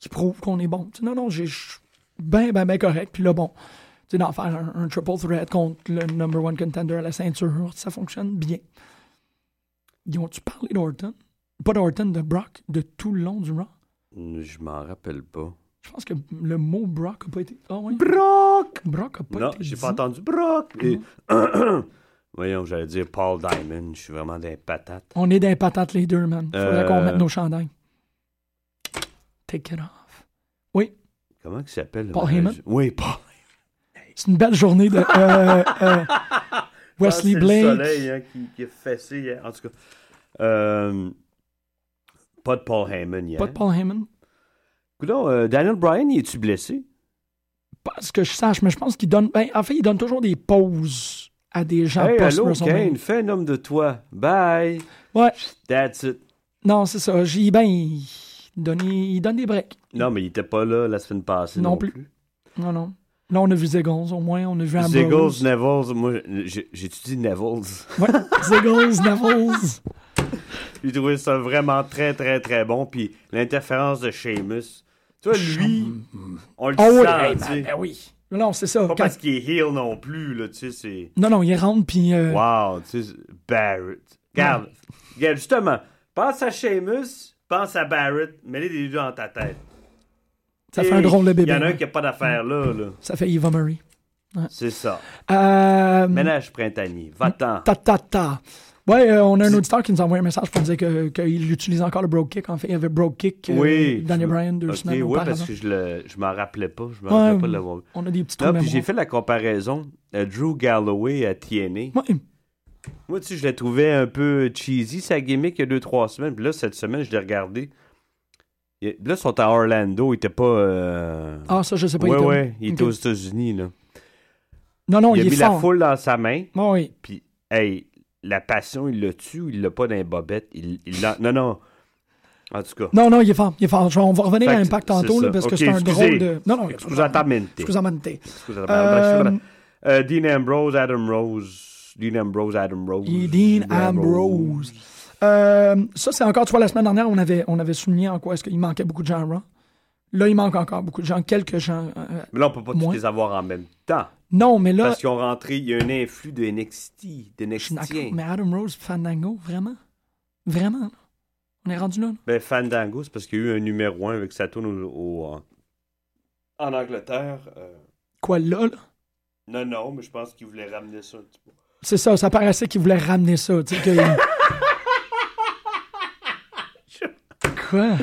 I: qui prouvent qu'on est bon. Tu sais, non, non, j'ai je suis ben, ben, ben correct. Puis là, bon, tu sais, d'en faire un, un triple threat contre le number one contender à la ceinture, ça fonctionne bien. Ils ont-tu parlé d'Orton? Pas d'Orton, de Brock, de tout le long du Raw?
K: Je m'en rappelle pas.
I: Je pense que le mot Brock a pas été. Ah ouais. Brock! Brock a pas
K: Non,
I: été.
K: j'ai
I: dit.
K: pas entendu Brock. Et- Voyons, j'allais dire Paul Diamond. Je suis vraiment des patates.
I: On est des patates les deux, man. Faudrait
K: Euh.
I: qu'on mette nos chandails. Take it off. Oui,
K: Comment il s'appelle? le
I: Paul
K: manager?
I: Heyman?
K: Oui, Paul.
I: c'est une belle journée de euh, euh, Wesley
K: Ah, c'est
I: Blake.
K: Le soleil hein, qui, qui est fessé. hier. En tout cas, euh, pas de Paul Heyman hier.
I: Pas de Paul Heyman.
K: Coudon, euh, Daniel Bryan, il est-tu blessé?
I: Pas ce que je sache, mais je pense qu'il donne. Ben, en fait, il donne toujours des pauses à des gens
K: hey,
I: post
K: allô,
I: WrestleMania.
K: Kane, fais un homme de toi. Bye.
I: Ouais.
K: That's it.
I: Non, c'est ça. J'ai ben il- donner- il donne des breaks.
K: Non, mais il était pas là la semaine passée.
I: Non
K: Non,
I: plus.
K: plus.
I: Non, non. Là, on a vu Zegons, au moins, on a vu Ambrose.
K: Ziggles, Nevels, moi, j'ai- j'ai-tu dit Nevels?
I: Ouais, Zegons, Navos.
K: J'ai trouvé ça vraiment très, très, très bon. Puis l'interférence de Sheamus. Tu vois, lui, on le
I: Ah oui,
K: sent,
I: hey,
K: tu sais.
I: ben, ben oui. Non, c'est ça.
K: Pas
I: Quand-
K: parce qu'il est heel non plus, là, tu sais, c'est...
I: Non, non, il rentre, puis... euh,
K: Wow, tu sais, Barrett. Regarde, regarde, justement, pense à Sheamus, pense à Barrett, mets-les les deux dans ta tête.
I: Ça fait un drôle de bébé,
K: Il y en a un
I: ouais.
K: qui n'a pas d'affaire là, là.
I: Ça fait Eva Murray.
K: C'est ça.
I: Euh,
K: Ménage printanier, va-t'en.
I: Ta, ta, ta. Ouais, euh, on a un auditeur qui nous envoie un message pour dire qu'il que il utilise encore le broke kick. En fait, il y avait broke kick euh,
K: oui.
I: Daniel
K: je-
I: Bryan deux
K: ok,
I: semaines
K: Oui,
I: auparavant.
K: parce que je le, je m'en rappelais pas. Je me
I: Ouais,
K: rappelais pas de l'avoir vu.
I: on a des petits
K: Non,
I: trous
K: puis j'ai
I: mémoires.
K: fait la comparaison. euh, Drew Galloway à TNA.
I: Ouais.
K: Moi, tu sais, je la trouvais un peu cheesy, sa gimmick, il y a deux, trois semaines. Puis là, cette semaine, je l'ai regardé. Et- Là, ils sont à Orlando. Ils étaient pas. euh,
I: Ah, ça, je sais pas, il
K: Ouais,
I: était où?
K: ouais. Il était
I: Ok.
K: aux États-Unis, là.
I: Non, non,
K: il,
I: il
K: a
I: est
K: mis
I: fort.
K: la foule dans sa main.
I: Ouais, oui.
K: Puis, hey, la passion, il l'a tue ou il l'a pas dans les bobettes. Il, il l'a- Non, non. En tout cas.
I: Non, non, il est fort. Il est fort. Je- On va revenir à
K: Fait que
I: Impact
K: c'est
I: tantôt, là,
K: ça.
I: parce que
K: Ok,
I: c'est un
K: excusez.
I: drôle de. Non, non,
K: Excusatamente.
I: Excusatamente.
K: Excusatamente. Euh, Dean Ambrose, Adam Rose. Dean Ambrose, Adam Rose.
I: Et Dean Ambrose. Euh, ça, c'est encore, tu vois, la semaine dernière, on avait, on avait souligné en quoi est-ce qu'il manquait beaucoup de gens à Raw. Là, il manque encore beaucoup de gens, quelques gens. euh,
K: Mais là, on peut pas tous
I: Moi.
K: les avoir en même temps.
I: Non, mais là,
K: Parce qu'ils ont rentré, il y a un influx de NXT, de
I: D'accord,
K: NXT.
I: mais Adam Rose, Fandango, vraiment? Vraiment? là? On est rendu là? là?
K: Ben, Fandango, c'est parce qu'il y a eu un numéro 1 avec sa tourne au, au, euh, en Angleterre. euh,
I: Quoi là? là?
K: non, non, mais je pense qu'ils voulaient ramener ça un petit peu.
I: C'est ça, ça paraissait qu'il voulait ramener ça. tu sais, que- Quoi?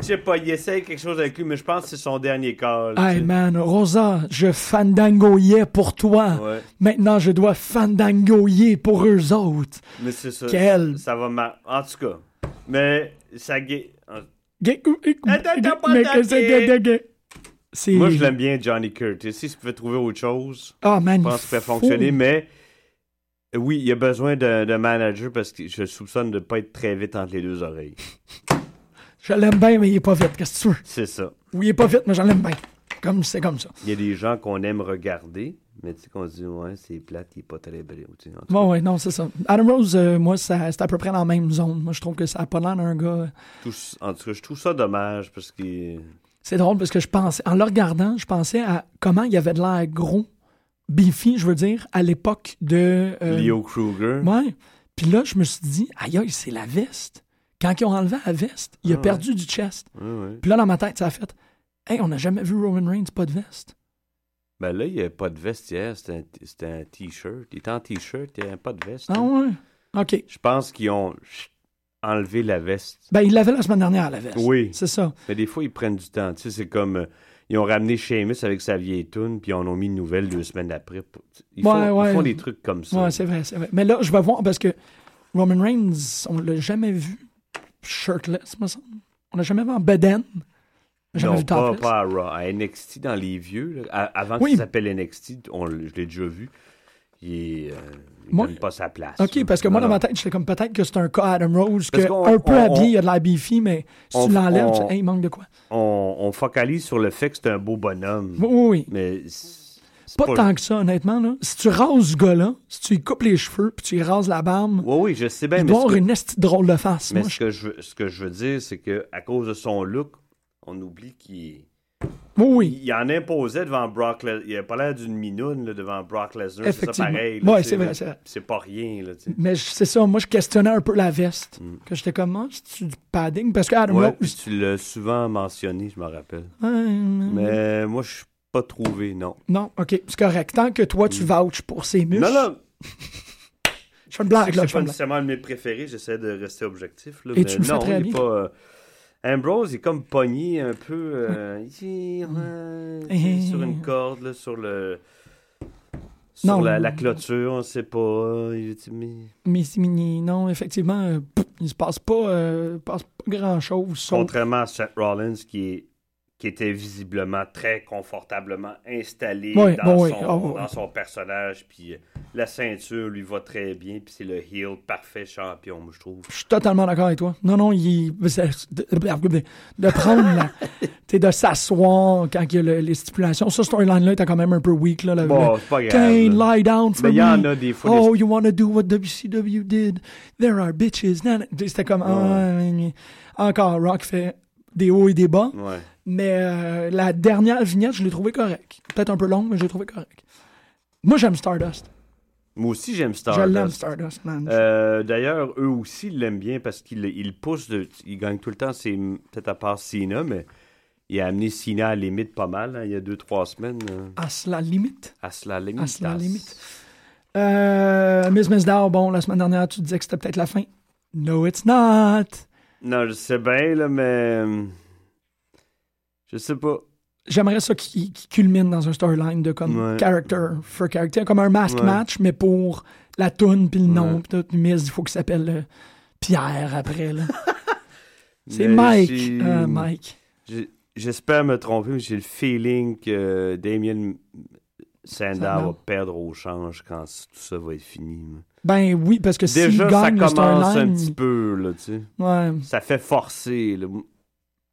K: Je sais pas, il essaye quelque chose avec lui, mais je pense que c'est son dernier call.
I: Hey
K: tu sais.
I: man, Rosa, je fandangoyais pour toi.
K: Ouais.
I: Maintenant, je dois fandangoyer pour eux autres.
K: Mais c'est ça.
I: Quel-
K: Ça va mal. En tout cas. Mais ça gai- en-
I: Gue- ou- ou-
K: Attends, t'as pas
I: mais
K: attaqué.
I: que c'est gue- gue- gue- C'est-
K: Moi, je l'aime bien, Johnny Curtis. Si je pouvais trouver autre chose,
I: Ah, man,
K: je
I: il
K: pense qu'il pourrait
I: faut-
K: fonctionner, mais euh, oui, il y a besoin d'un d'un manager parce que je soupçonne de ne pas être très vite entre les deux oreilles.
I: Je l'aime bien, mais il est pas vite. Qu'est-ce que tu veux?
K: C'est ça.
I: Oui, il est pas vite, mais je l'aime bien. Comme c'est comme ça.
K: Il y a des gens qu'on aime regarder, mais tu sais qu'on se dit, ouais, c'est plate, il n'est pas très brillant. tu sais, en tout cas.
I: Bon, ouais, non, c'est ça. Adam Rose, euh, moi, ça- c'est à peu près dans la même zone. Moi, je trouve que ça a pas l'air d'un gars. euh,
K: Tous- en tout cas, je trouve ça dommage parce que.
I: C'est drôle parce que je pensais, en le regardant, je pensais à comment il avait de l'air gros, beefy, je veux dire, à l'époque de. euh,
K: Leo Kruger.
I: Ouais. Puis là, je me suis dit, aïe, aïe, c'est la veste. Quand ils ont enlevé la veste, il a
K: Ah,
I: perdu du chest.
K: Ouais, ouais.
I: Puis là, dans ma tête, ça a fait, hey, on n'a jamais vu Roman Reigns, pas de veste.
K: Ben là, il n'y avait pas de veste hier, c'était un- c'était un T-shirt. Il était en T-shirt, il n'y avait pas de veste.
I: Ah ouais. OK.
K: Je pense qu'ils ont chut, enlevé la veste.
I: Ben, il l'avait la semaine dernière, la veste.
K: Oui.
I: C'est ça.
K: Mais des fois, ils prennent du temps. Tu sais, c'est comme. euh, ils ont ramené Seamus avec sa vieille toune, puis ils en ont mis une nouvelle deux semaines après. pour- Ils, font,
I: Ouais, ouais.
K: ils font des trucs comme ça.
I: Ouais, c'est vrai, c'est vrai. Mais là, je vais voir parce que Roman Reigns, on l'a jamais vu shirtless, me semble. On l'a jamais vu en bedaine. On l'a Jamais
K: non,
I: vu
K: pas,
I: topless.
K: pas à Raw. À NXT, dans les vieux, là, à- avant
I: Oui.
K: qu'il s'appelle NXT, on l- je l'ai déjà vu, il, euh, il
I: Moi-
K: donne pas sa place.
I: OK,
K: là.
I: parce que moi,
K: Non,
I: dans ma
K: non.
I: tête, j'étais comme peut-être que c'est un cas Adam Rose, que
K: Parce qu'on-
I: un peu
K: on-
I: habillé,
K: on-
I: il a de la bifi, mais si
K: on-
I: tu l'enlèves, tu
K: on-
I: dis, hey, il manque de quoi.
K: On, on focalise sur le fait que c'est un beau bonhomme.
I: Oui, oui, oui.
K: Mais c'est- c'est
I: Pas tant que ça, honnêtement. Là. Si tu rases ce gars-là, si tu lui coupes les cheveux, puis tu lui rases la barbe,
K: Oui, oui, je sais bien,
I: il
K: mais
I: doit
K: ce
I: avoir
K: que-
I: une esti de drôle de face.
K: Mais
I: Moi,
K: ce que, je, veux- ce que je veux dire, c'est que à cause de son look, on oublie qu'il
I: je- Oui, oui.
K: il en imposait devant Brock Lesnar. Il a pas l'air d'une minoune là, devant Brock Lesnar. C'est ça
I: Effectivement.
K: pareil. là,
I: Ouais,
K: tu sais,
I: c'est vrai,
K: là.
I: c'est vrai.
K: C'est pas rien. Là, tu sais.
I: Mais je- c'est ça, moi, je questionnais un peu la veste. Que j'étais comme, ah, c'est-tu du padding? Parce que Adam
K: Mm. Ouais,
I: Rose,
K: puis tu l'as souvent mentionné, je me rappelle.
I: Ah, Ouais,
K: Mais moi, je suis pas trouvé, non.
I: Non, ok, c'est correct. Tant que toi, tu vouches pour ses muscles.
K: Mm. Non, non,
I: Je fais une blague, là. Je
K: c'est
I: fais
K: pas
I: une blague.
K: nécessairement un de mes préférés. J'essaie de rester objectif. Là,
I: Et
K: mais
I: tu le fais
K: non,
I: très
K: il est
I: bien.
K: pas. euh, Ambrose il est comme pogné un peu euh, il est, euh, tu sais,
I: Eh.
K: sur une corde, là, sur le. Sur
I: Non.
K: La, la clôture, on sait pas. Il est- mais-
I: Mais c'est mini. Non, effectivement, euh, pff, il se passe pas, euh, il se passe pas grand-chose. sauf-
K: Contrairement à Seth Rollins qui est qui était visiblement très confortablement installé
I: Ouais,
K: dans,
I: bon, ouais.
K: son,
I: Ah, ouais, ouais.
K: dans son personnage. Puis euh, la ceinture lui va très bien. Puis c'est le heel parfait champion, moi, je trouve.
I: Je suis totalement d'accord avec toi. Non, non, il... c'est- de, de- de prendre la... tu sais, de s'asseoir quand il y a le- les stipulations. Ça, storyline-là était quand même un peu weak. Là, le-
K: Bon,
I: le-
K: c'est pas grave,
I: Kane,
K: là.
I: lie down for
K: Mais il y en
I: me.
K: a des fois,
I: Oh,
K: des-
I: you wanna do what WCW did. There are bitches. Nan- nan. C'était comme... ah, Encore, Rock fait des hauts et des bas.
K: Ouais.
I: Mais euh, la dernière vignette, je l'ai trouvée correcte. Peut-être un peu longue, mais je l'ai trouvée correcte. Moi, j'aime Stardust.
K: Moi aussi, j'aime
I: Je
K: Stardust.
I: l'aime, Stardust, man.
K: Euh, D'ailleurs, eux aussi l'aiment bien parce qu'ils ils poussent, de- ils gagnent tout le temps, c'est peut-être à part Cena, mais il a amené Cena à la limite pas mal, hein, il y a deux, trois semaines. euh,
I: À cela limite.
K: à cela limite.
I: À cela limite. Euh, Miss Mizdow, bon, la semaine dernière, tu disais que c'était peut-être la fin. No, it's not.
K: Non, je sais bien, là, mais. euh, Je sais pas.
I: J'aimerais ça qui, qui culmine dans un storyline de comme
K: Ouais.
I: character for character, comme un mask
K: Ouais.
I: match, mais pour la toune puis le nom. Puis tout. Miz, il faut qu'il s'appelle euh, Pierre après. là. C'est
K: Mais
I: Mike.
K: j'ai-
I: Euh, Mike.
K: j'ai- J'espère me tromper, mais j'ai le feeling que Damien Sandow
I: Sandow.
K: va perdre au change quand c- tout ça va être fini.
I: Ben oui, parce que s'il
K: Déjà, ça
I: gagne le
K: commence un
I: storyline-
K: petit peu, là, tu sais.
I: Ouais.
K: Ça fait forcer, là,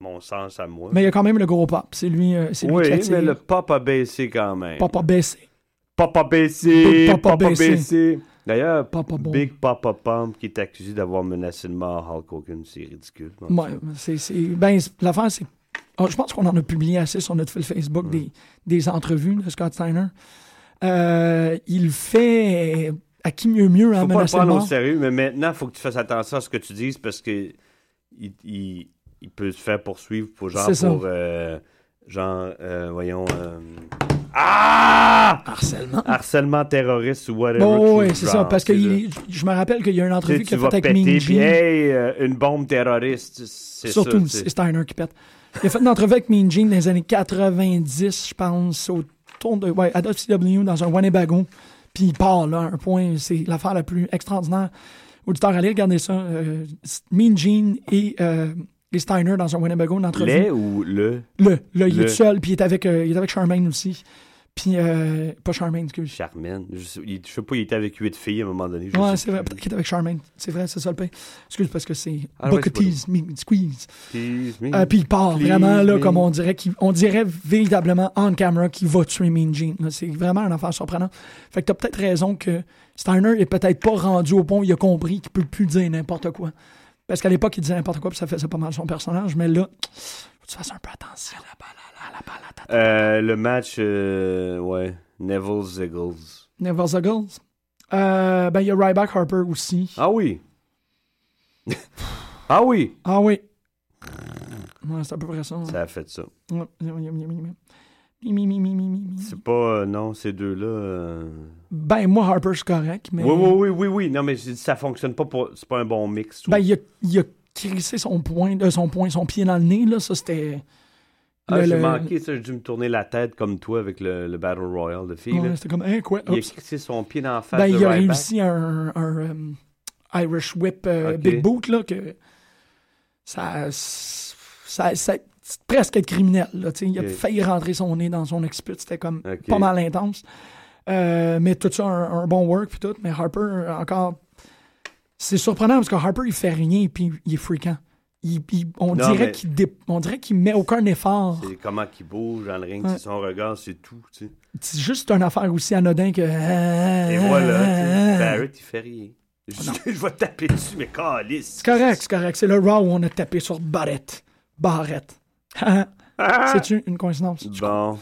K: mon sens à moi.
I: Mais il y a quand même le gros pop. C'est lui, euh, c'est lui
K: oui,
I: qui attire.
K: mais le pop a baissé quand même.
I: Pop a baissé.
K: Pop a baissé,
I: Pop a
K: pop a
I: baissé.
K: baissé. D'ailleurs,
I: Pop a bon.
K: Big Papa Pump qui est accusé d'avoir menacé de mort Hulk Hogan, c'est ridicule. Bon,
I: Ouais, c'est, c'est- ben, c'est- l'affaire, c'est. Ah, je pense qu'on en a publié assez sur notre fil Facebook des, des entrevues de Scott Steiner. Euh, il fait à qui mieux mieux à
K: Faut pas le
I: menacer
K: prendre
I: de
K: au
I: mort.
K: sérieux, mais maintenant, il faut que tu fasses attention à ce que tu dises parce que il, il- il peut se faire poursuivre pour genre
I: C'est ça.
K: pour euh, genre euh, voyons euh, ah
I: Harcèlement.
K: harcèlement terroriste ou whatever.
I: Bon,
K: true
I: ouais, c'est ça.
K: crime,
I: Parce que
K: tu sais, là.
I: il- je me rappelle qu'il y a une
K: Tu sais,
I: entrevue
K: tu
I: qu'il a
K: vas
I: faite
K: péter,
I: avec
K: puis
I: Minji.
K: hey, euh, une bombe terroriste, c'est
I: Surtout,
K: ça. tu sais.
I: c'est Steiner qui pète. Il a fait une entrevue avec Mean Gene dans les années 90, je pense, au tour de. Ouais, Adolf CW E dans un Winnebago. Puis il part, là, à un point. C'est l'affaire la plus extraordinaire. Auditeur, allez regarder ça. Euh, mean Gene et, euh, et Steiner dans un Winnebago, une entrevue.
K: Les ou le
I: Le, là, il est
K: Le.
I: tout seul, puis il est avec, euh, il est avec Charmaine aussi. Puis, euh, pas Charmaine, excuse.
K: Charmaine. Je sais, il- je sais pas, il était avec huit filles à un moment donné. je
I: Ouais,
K: sais
I: c'est
K: plus.
I: vrai, peut-être qu'il est avec Charmaine. C'est vrai, c'est ça le pain. Excuse, parce que c'est
K: Ah ouais, c'est pas
I: Bucketees, Mean Squeeze.
K: Please me.
I: Euh, puis il part
K: Please
I: vraiment là,
K: me.
I: comme on dirait, qu'il- on dirait véritablement on camera qu'il va tuer Mean Gene. là. C'est vraiment un affaire surprenant. Fait que t'as peut-être raison que Steiner est peut-être pas rendu au pont, il a compris qu'il peut plus dire n'importe quoi. Parce qu'à l'époque, il disait n'importe quoi, puis ça faisait pas mal son personnage, mais là, faut que tu fasses un peu attention.
K: Euh, le match, euh, ouais, Neville Ziggles.
I: Never the Girls. Euh, ben, il y a Ryback Harper aussi.
K: Ah oui. ah oui.
I: Ah oui. Ouais, c'est à peu près ça. hein.
K: Ça a fait ça.
I: Ouais. Mi, mi, mi, mi, mi, mi.
K: C'est pas euh, non ces deux là. euh,
I: Ben, moi, Harper, c'est correct, mais.
K: Oui oui oui oui oui. Non mais c'est- ça fonctionne pas pour. C'est pas un bon mix. tout.
I: Ben, il a, il a crissé son point, euh, son point, son pied dans le nez, là. Ça, c'était.
K: Ah,
I: le-
K: j'ai
I: le-
K: manqué ça. J'ai dû me tourner la tête comme toi avec le, le Battle Royale de filles.
I: Ouais,
K: là.
I: c'était comme, hein, quoi?
K: Il a
I: Oups.
K: crissé son pied dans la face
I: Ben,
K: de
I: il a
K: Ryback.
I: réussi un, un, euh, Irish Whip euh,
K: Ok.
I: Big Boot, là, que. Ça. ça, ça c'est presque être criminel, là. tu sais. Il a
K: Ok.
I: failli rentrer son nez dans son exput. C'était comme
K: Ok.
I: pas mal intense. Euh, mais tout ça, un, un bon work, puis tout. Mais Harper, encore. C'est surprenant parce que Harper, il fait rien, puis il est fréquent. Il, il- on,
K: Non,
I: dirait
K: mais-
I: qu'il dé- on dirait qu'il met aucun effort.
K: C'est comment qu'il bouge dans le ring,
I: Ouais.
K: c'est son regard, c'est tout. tu sais.
I: C'est juste une affaire aussi anodin que. Euh,
K: Et voilà, tu sais, ben, Barrett, il fait rien. Je, je vais taper dessus, mais calice.
I: C'est correct, c'est correct. C'est le Raw où on a tapé sur Barrett. Barrett.
K: Ah,
I: C'est-tu une coïncidence?
K: Bon.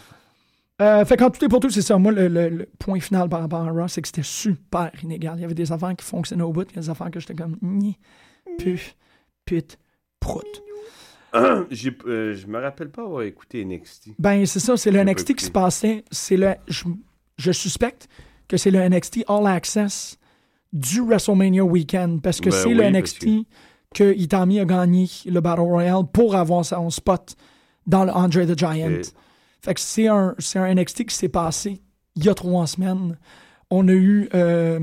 I: Euh, fait qu'en tout et pour tout, c'est ça. Moi, le, le- le point final par rapport à Raw, c'est que c'était super inégal. Il y avait des affaires qui fonctionnaient au bout, il y a des affaires que j'étais comme ni, pu, pute, prout.
K: J'ai- euh, je me rappelle pas avoir écouté NXT.
I: Ben, c'est ça, c'est le
K: J'ai pas
I: NXT qui se
K: écouté.
I: passait. C'est le, je, je suspecte que c'est le NXT All Access du WrestleMania Weekend parce que
K: Ben
I: c'est
K: oui,
I: le
K: parce
I: NXT que Itami a gagné le Battle Royale pour avoir son spot dans le Andre the Giant.
K: Et-
I: Fait que c'est un, c'est un NXT qui s'est passé il y a trois semaines. On a eu. euh,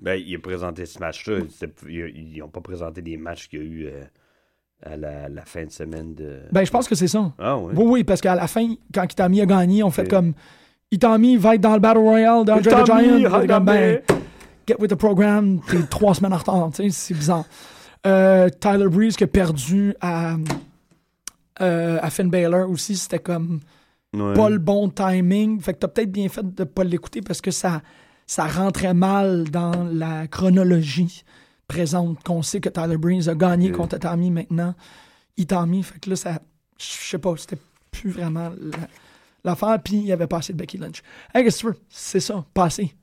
K: Ben, il a présenté ce match-là. C'était- Ils n'ont pas présenté des matchs qu'il y a eu euh, à la, la fin de semaine de.
I: Ben, je pense que c'est ça.
K: Ah oui.
I: Oui, oui, parce qu'à la fin, quand il t'a mis à gagner, on fait
K: Ok.
I: comme. Il t'a mis, va être dans le Battle Royale de Andre the
K: t'a mis,
I: Giant. On est comme, ben,
K: regardez.
I: get with the program, t'es trois semaines en retard, tu sais, c'est bizarre. Euh, Tyler Breeze qui a perdu à, euh, à Finn Balor aussi, c'était comme
K: Ouais.
I: pas le bon timing. Fait que t'as peut-être bien fait de pas l'écouter parce que ça, ça rentrait mal dans la chronologie présente qu'on sait que Tyler Breeze a gagné
K: Ok.
I: contre Tommy maintenant. Il t'a mis, fait que là, ça, je sais pas, c'était plus vraiment la- l'affaire. Puis il y avait pas assez de Becky Lynch. Hey, qu'est-ce que tu veux? C'est ça, pas assez.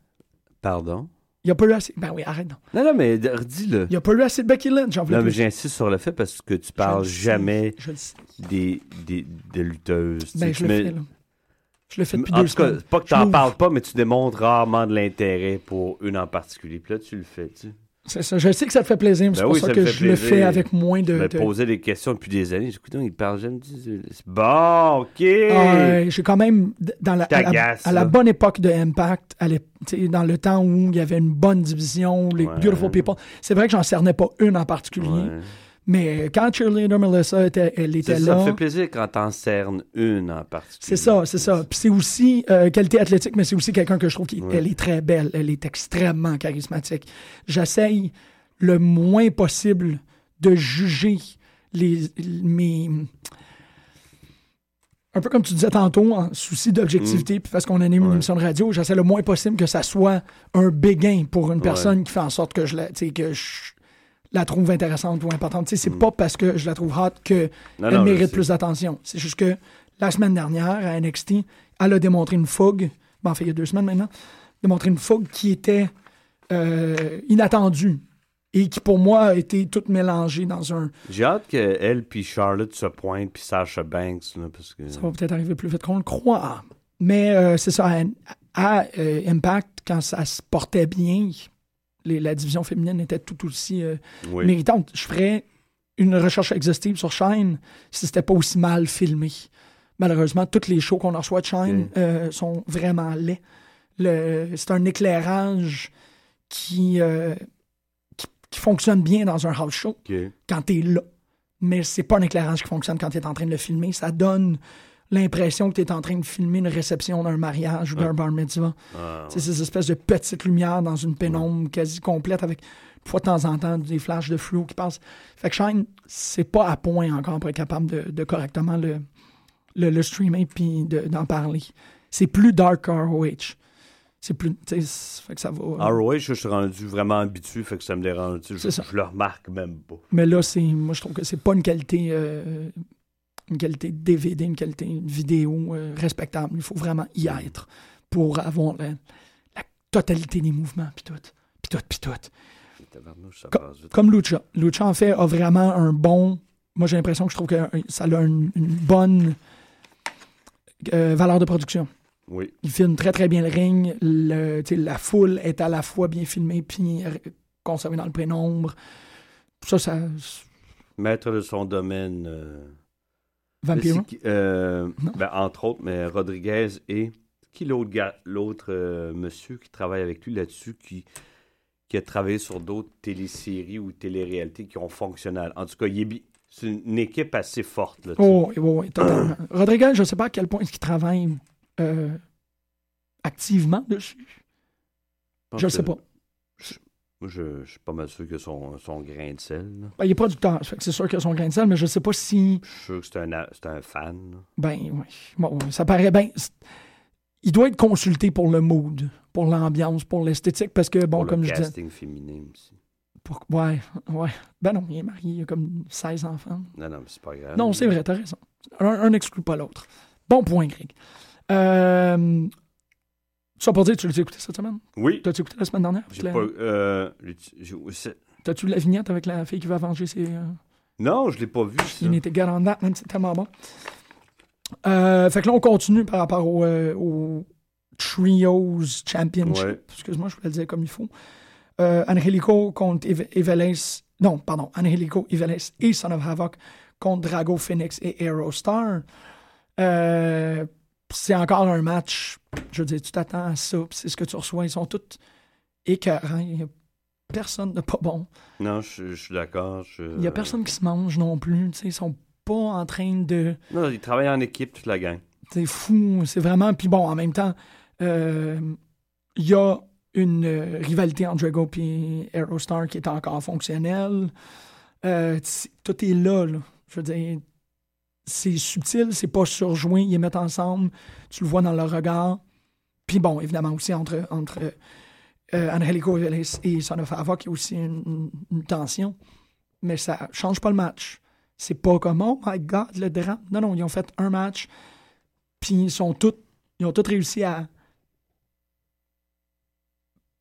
K: Pardon?
I: Il y a pas eu assez. Ben oui, arrête non.
K: Non, non, mais d- redis-le.
I: Il y a pas eu assez de Becky Lynch. J'en voulais
K: Non, mais
I: plus.
K: j'insiste sur le fait parce que tu
I: Je
K: parles
I: le sais,
K: jamais
I: Je le sais.
K: des, des, des lutteuses. tu sais,
I: Ben,
K: tu
I: je le
K: mets-
I: fais, là. Je le fais depuis
K: en
I: deux
K: tout cas,
I: semaines.
K: c'est pas que
I: Je
K: t'en
I: l'ouvre.
K: parles pas, mais tu démontres rarement de l'intérêt pour une en particulier. Puis là, tu le fais, tu sais.
I: C'est ça. Je sais que ça te fait plaisir, mais c'est
K: Ben
I: pour
K: oui,
I: ça,
K: ça me
I: que
K: fait
I: je le
K: plaisir.
I: fais avec moins de.
K: Je me
I: de-
K: posais des questions depuis des années. J'écoute, il parle jamais du... Bon, OK!
I: Euh, j'ai quand même, d- dans la, à, la-
K: T'agaces,
I: à la
K: là.
I: bonne époque de Impact, à l'ép- tu sais, dans le temps où il y avait une bonne division, les
K: Ouais.
I: Beautiful People, c'est vrai que j'en cernais pas une en particulier,
K: Ouais.
I: mais quand Cheerleader Melissa était, elle
K: Ça,
I: était
K: ça me
I: là,
K: fait plaisir quand t'en cernes une en particulier.
I: c'est ça, c'est ça. Puis c'est aussi euh, qualité athlétique, mais c'est aussi quelqu'un que je trouve qu'elle
K: Ouais.
I: est très belle, elle est extrêmement charismatique. J'essaye le moins possible de juger les, mes... Un peu comme tu disais tantôt, en souci
K: Mm.
I: d'objectivité, puis parce qu'on anime une émission de radio, j'essaie le moins possible que ça soit un béguin pour une personne qui fait en sorte que je la, tu sais, que je la trouve intéressante ou importante. Tu sais, C'est pas parce que je la trouve hot que
K: Mm. Non,
I: elle
K: non, je
I: mérite
K: sais.
I: plus d'attention. C'est juste que la semaine dernière, à NXT, elle a démontré une fougue, ben, en fait, il y a deux semaines maintenant, démontré une fougue qui était euh, inattendue et qui, pour moi, a été toute mélangée dans un...
K: J'ai hâte qu'elle puis Charlotte se pointent puis Sasha Banks, là, parce que...
I: Ça va peut-être arriver plus vite qu'on le croit. Mais euh, c'est ça, à, à, euh, Impact, quand ça se portait bien, les- la division féminine était tout aussi euh,
K: Oui.
I: méritante. Je ferais une recherche exhaustive sur Shine si c'était pas aussi mal filmé. Malheureusement, toutes les shows qu'on en reçoit de Shine
K: Ok.
I: euh, sont vraiment laids. Le- C'est un éclairage qui, euh, qui, qui fonctionne bien dans un house show
K: OK.
I: quand t'es là. Mais c'est pas un éclairage qui fonctionne quand t'es en train de le filmer. Ça donne l'impression que t'es en train de filmer une réception d'un mariage ou d'un bar mitzvah.
K: Ah,
I: C'est ces espèces de petites lumières dans une pénombre quasi complète avec, une fois de temps en temps, des flashs de flou qui passent. Fait que Shine, c'est pas à point encore pour être capable de, de correctement le, le, le streamer puis de- d'en parler. C'est plus dark ROH. C'est plus. tu sais, c'est- Fait que ça va. euh,
K: ROH, Ah, je suis rendu vraiment habitué, fait que ça me dérange. tu sais,
I: C'est
K: Je,
I: ça.
K: je le remarque même pas.
I: Mais là, c'est, moi, je trouve que c'est pas une qualité, euh, une qualité DVD, une qualité vidéo euh, respectable. Il faut vraiment y être pour avoir la, la totalité des mouvements, puis tout, puis tout, puis tout.
K: Tabarnouche, ça
I: Co-
K: passe vite.
I: Comme Lucha. Lucha, en fait, a vraiment un bon... Moi, j'ai l'impression que je trouve que euh, ça a une, une bonne euh, valeur de production.
K: Oui.
I: Il filme très, très bien le ring. Le, tu sais, la foule est à la fois bien filmée puis r- conservée dans le prénombre. Ça, ça...
K: Maître de son domaine... euh,
I: Vampiro?
K: C'est qui- euh,
I: Non.
K: ben, entre autres, mais Rodriguez et qui l'autre gars- l'autre euh, monsieur qui travaille avec lui là-dessus, qui, qui a travaillé sur d'autres téléséries ou téléréalités qui ont fonctionné. à- En tout cas, il est bi- c'est une équipe assez forte. là, tu sais.
I: Oh, oui, oui, oui, totalement. Rodriguez, je ne sais pas à quel point est-ce qu'il travaille euh, activement dessus.
K: pense
I: Je ne sais
K: que-
I: pas.
K: moi, Je, je suis pas mal sûr que son, son grain de sel. là.
I: Ben, il est producteur, ça fait que c'est sûr qu'il a son grain de sel, mais je ne sais pas si...
K: Je suis sûr que c'est un, a- c'est un fan. là.
I: Ben oui. Bon, ça paraît bien. C'est- Il doit être consulté pour le mood, pour l'ambiance, pour l'esthétique, parce que, bon,
K: pour
I: comme
K: le
I: je disais...
K: casting féminin aussi.
I: pour- Ouais, ouais. Ben non, il est marié, il a comme 16 enfants.
K: Non, non, mais c'est pas grave.
I: Non, c'est vrai, t'as raison. Un, un n'exclut pas l'autre. Bon point, Greg. Euh... Ça pour dire, tu l'as écouté cette semaine?
K: Oui.
I: T'as-tu écouté la semaine dernière?
K: J'ai
I: La-
K: pas- euh, j'ai- j'ai- c'est-
I: T'as-tu la vignette avec la fille qui va venger ses. euh,
K: non, je l'ai pas vu. ça.
I: Il n'était guère en date, même c'est tellement bon. Euh, fait que là, on continue par rapport au, euh, au Trios Championship.
K: Ouais.
I: Excuse-moi, je voulais le dire comme il faut. Euh, Angelico contre Ev- Eveles. Non, pardon. Angelico, Eveles et Son of Havoc contre Drago Phoenix et Aerostar. Euh, c'est encore un match. Je veux dire, tu t'attends à ça, puis c'est ce que tu reçois. Ils sont tous écœurants. Il y a personne de pas bon.
K: Non, je, je suis d'accord. je-
I: Il y a personne qui se mange non plus. tu sais, Ils sont pas en train de.
K: Non, ils travaillent en équipe, toute la gang.
I: C'est fou, c'est vraiment. Puis bon, en même temps, euh, il y a une euh, rivalité entre Drago et Aerostar qui est encore fonctionnelle. Euh, t- tout est là, là. Je veux dire, c'est subtil, c'est pas surjoint, ils les mettent ensemble, tu le vois dans leur regard. Puis bon, évidemment aussi entre, entre euh, Angelico Vélez et Son of Havoc, il y a aussi une, une- une tension. Mais ça change pas le match. C'est pas comme « Oh my God, le drame! » Non, non, ils ont fait un match, puis ils sont tous, ils ont tous réussi à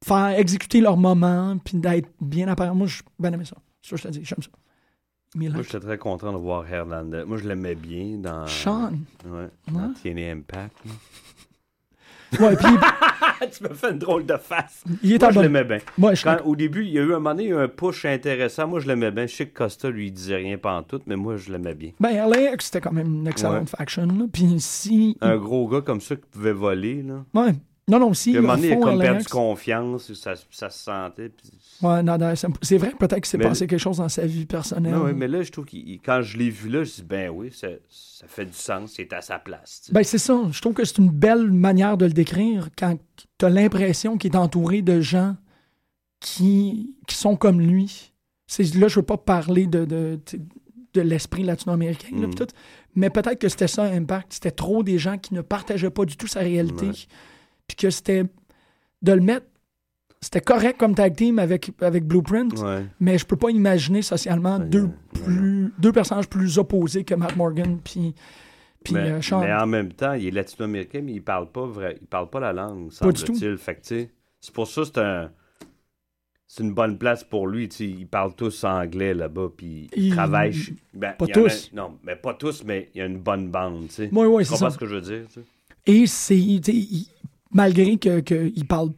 I: faire exécuter leur moment, puis d'être bien apparent. Moi, je ben aimé ça. Ça, je te dis, j'aime ça. Mille
K: Moi, j'étais très content de voir Hernandez. Moi, je l'aimais bien dans.
I: Sean.
K: Ouais. Dans TNA Impact. là.
I: Ouais, puis
K: Ah, tu me fais une drôle de face.
I: Il est
K: Moi,
I: en
K: je
I: bonne-
K: l'aimais bien.
I: Ouais, Euh, je
K: Quand-
I: comprends.
K: au début, il y a eu un moment donné, il y a eu un push intéressant. Moi, je l'aimais bien. Je sais que Costa, lui, il disait rien pantoute, mais moi, je l'aimais bien.
I: ben, LAX, c'était quand même une excellente faction. là. Puis si.
K: Un gros gars comme ça qui pouvait voler, là.
I: Ouais. Non, non, si.
K: Puis à un moment donné, il a
I: ils
K: comme
I: font
K: perdu
I: LAX.
K: confiance, ça, ça se sentait. puis-
I: Ouais, non, non, c'est- c'est vrai, peut-être qu'il s'est
K: Mais-
I: passé quelque chose dans sa vie personnelle.
K: Non, ouais, mais là, je trouve que quand je l'ai vu là, je dis, ben oui, ça, ça fait du sens, c'est à sa place. tu sais.
I: Ben, c'est ça. Je trouve que c'est une belle manière de le décrire quand t'as l'impression qu'il est entouré de gens qui, qui sont comme lui. C'est, là, je veux pas parler de, de, tu sais, de l'esprit latino-américain, là,
K: Mhm.
I: pis tout, mais peut-être que c'était ça, Impact. C'était trop des gens qui ne partageaient pas du tout sa réalité. Puis que c'était. De le mettre. C'était correct comme tag team avec, avec Blueprint,
K: Ouais.
I: mais je peux pas imaginer socialement deux, plus, deux personnages plus opposés que Matt Morgan puis puis,
K: mais,
I: euh, Sean.
K: Ben, mais en même temps, il est latino-américain, mais il parle pas vrai, il parle pas la langue,
I: Pas du
K: semble-t-il. Fait que, tu sais, c'est pour ça que c'est un- c'est une bonne place pour lui. tu sais. Ils parlent tous anglais là-bas, puis ils
I: Il-
K: travaillent. ch- ben,
I: pas
K: il y en a-
I: tous.
K: non, mais pas tous, mais il y a une bonne bande. Tu sais.
I: Ouais, ouais,
K: tu
I: c'est
K: comprends
I: ça.
K: ce que je veux dire? tu sais?
I: Et c'est. tu sais, il- Malgré que qu'il parle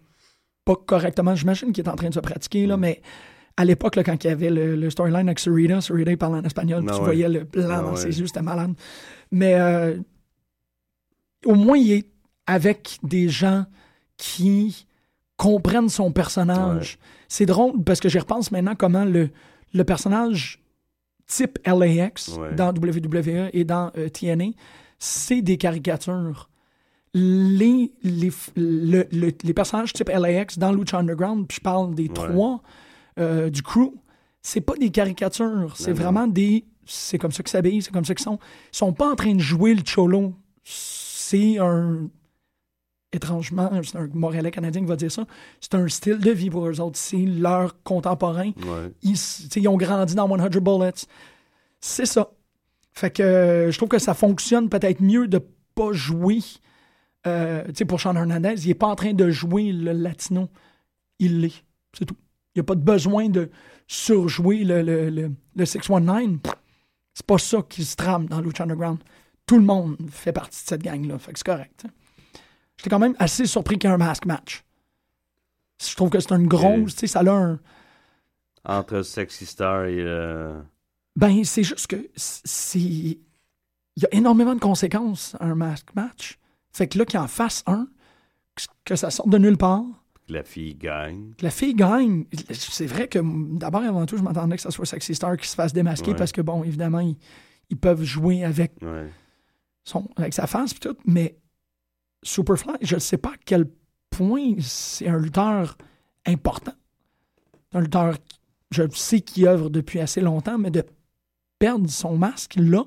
I: pas correctement, j'imagine qu'il est en train de se pratiquer,
K: Mm.
I: là, mais à l'époque, là, quand il y avait le, le storyline avec Sarita, Sarita il parlait en espagnol, puis
K: Ah
I: tu
K: ouais.
I: voyais le blanc
K: Ah
I: dans
K: ouais.
I: ses yeux, c'était malade. Mais euh, au moins, il est avec des gens qui comprennent son personnage. C'est drôle parce que j'y repense maintenant comment le, le personnage type LAX
K: Ouais.
I: dans WWE et dans euh, TNA, c'est des caricatures. Les, les, f- le- le- les personnages type LAX dans Lucha Underground, puis je parle des trois euh, du crew, c'est pas des caricatures, c'est vraiment des. C'est comme ça qu'ils s'habillent, c'est comme ça qu'ils sont. Ils sont pas en train de jouer le cholo. C'est un étrangement, c'est un Montréalais canadien qui va dire ça, c'est un style de vie pour eux autres. C'est leur contemporain.
K: Ouais.
I: Ils, s- tu sais, ils ont grandi dans 100 Bullets. C'est ça. Fait que euh, je trouve que ça fonctionne peut-être mieux de pas jouer. euh, tu sais, pour Sean Hernandez, il est pas en train de jouer le latino. Il l'est. C'est tout. Il n'y a pas de besoin de surjouer le, le, le, le 619. C'est pas ça qui se trame dans Lucha Underground. Tout le monde fait partie de cette gang-là. Fait que c'est correct. tu sais. J'étais quand même assez surpris qu'il y ait un masque match. Je trouve que c'est une grosse, tu sais, ça a un.
K: Entre Sexy Star et. euh,
I: Ben, c'est juste que c'est. Il y a énormément de conséquences à un masque match. Fait que là, qu'il en fasse un, que- que ça sorte de nulle part,
K: la fille gagne.
I: que la fille gagne. C'est vrai que d'abord et avant tout, je m'attendais que ça soit Sexy Star qui se fasse démasquer
K: Ouais.
I: parce que, bon, évidemment, ils, ils peuvent jouer avec,
K: Ouais.
I: son, avec sa face pis tout, mais Superfly, je ne sais pas à quel point c'est un lutteur important. Un lutteur, qui- je sais qu'il œuvre depuis assez longtemps, mais de perdre son masque là,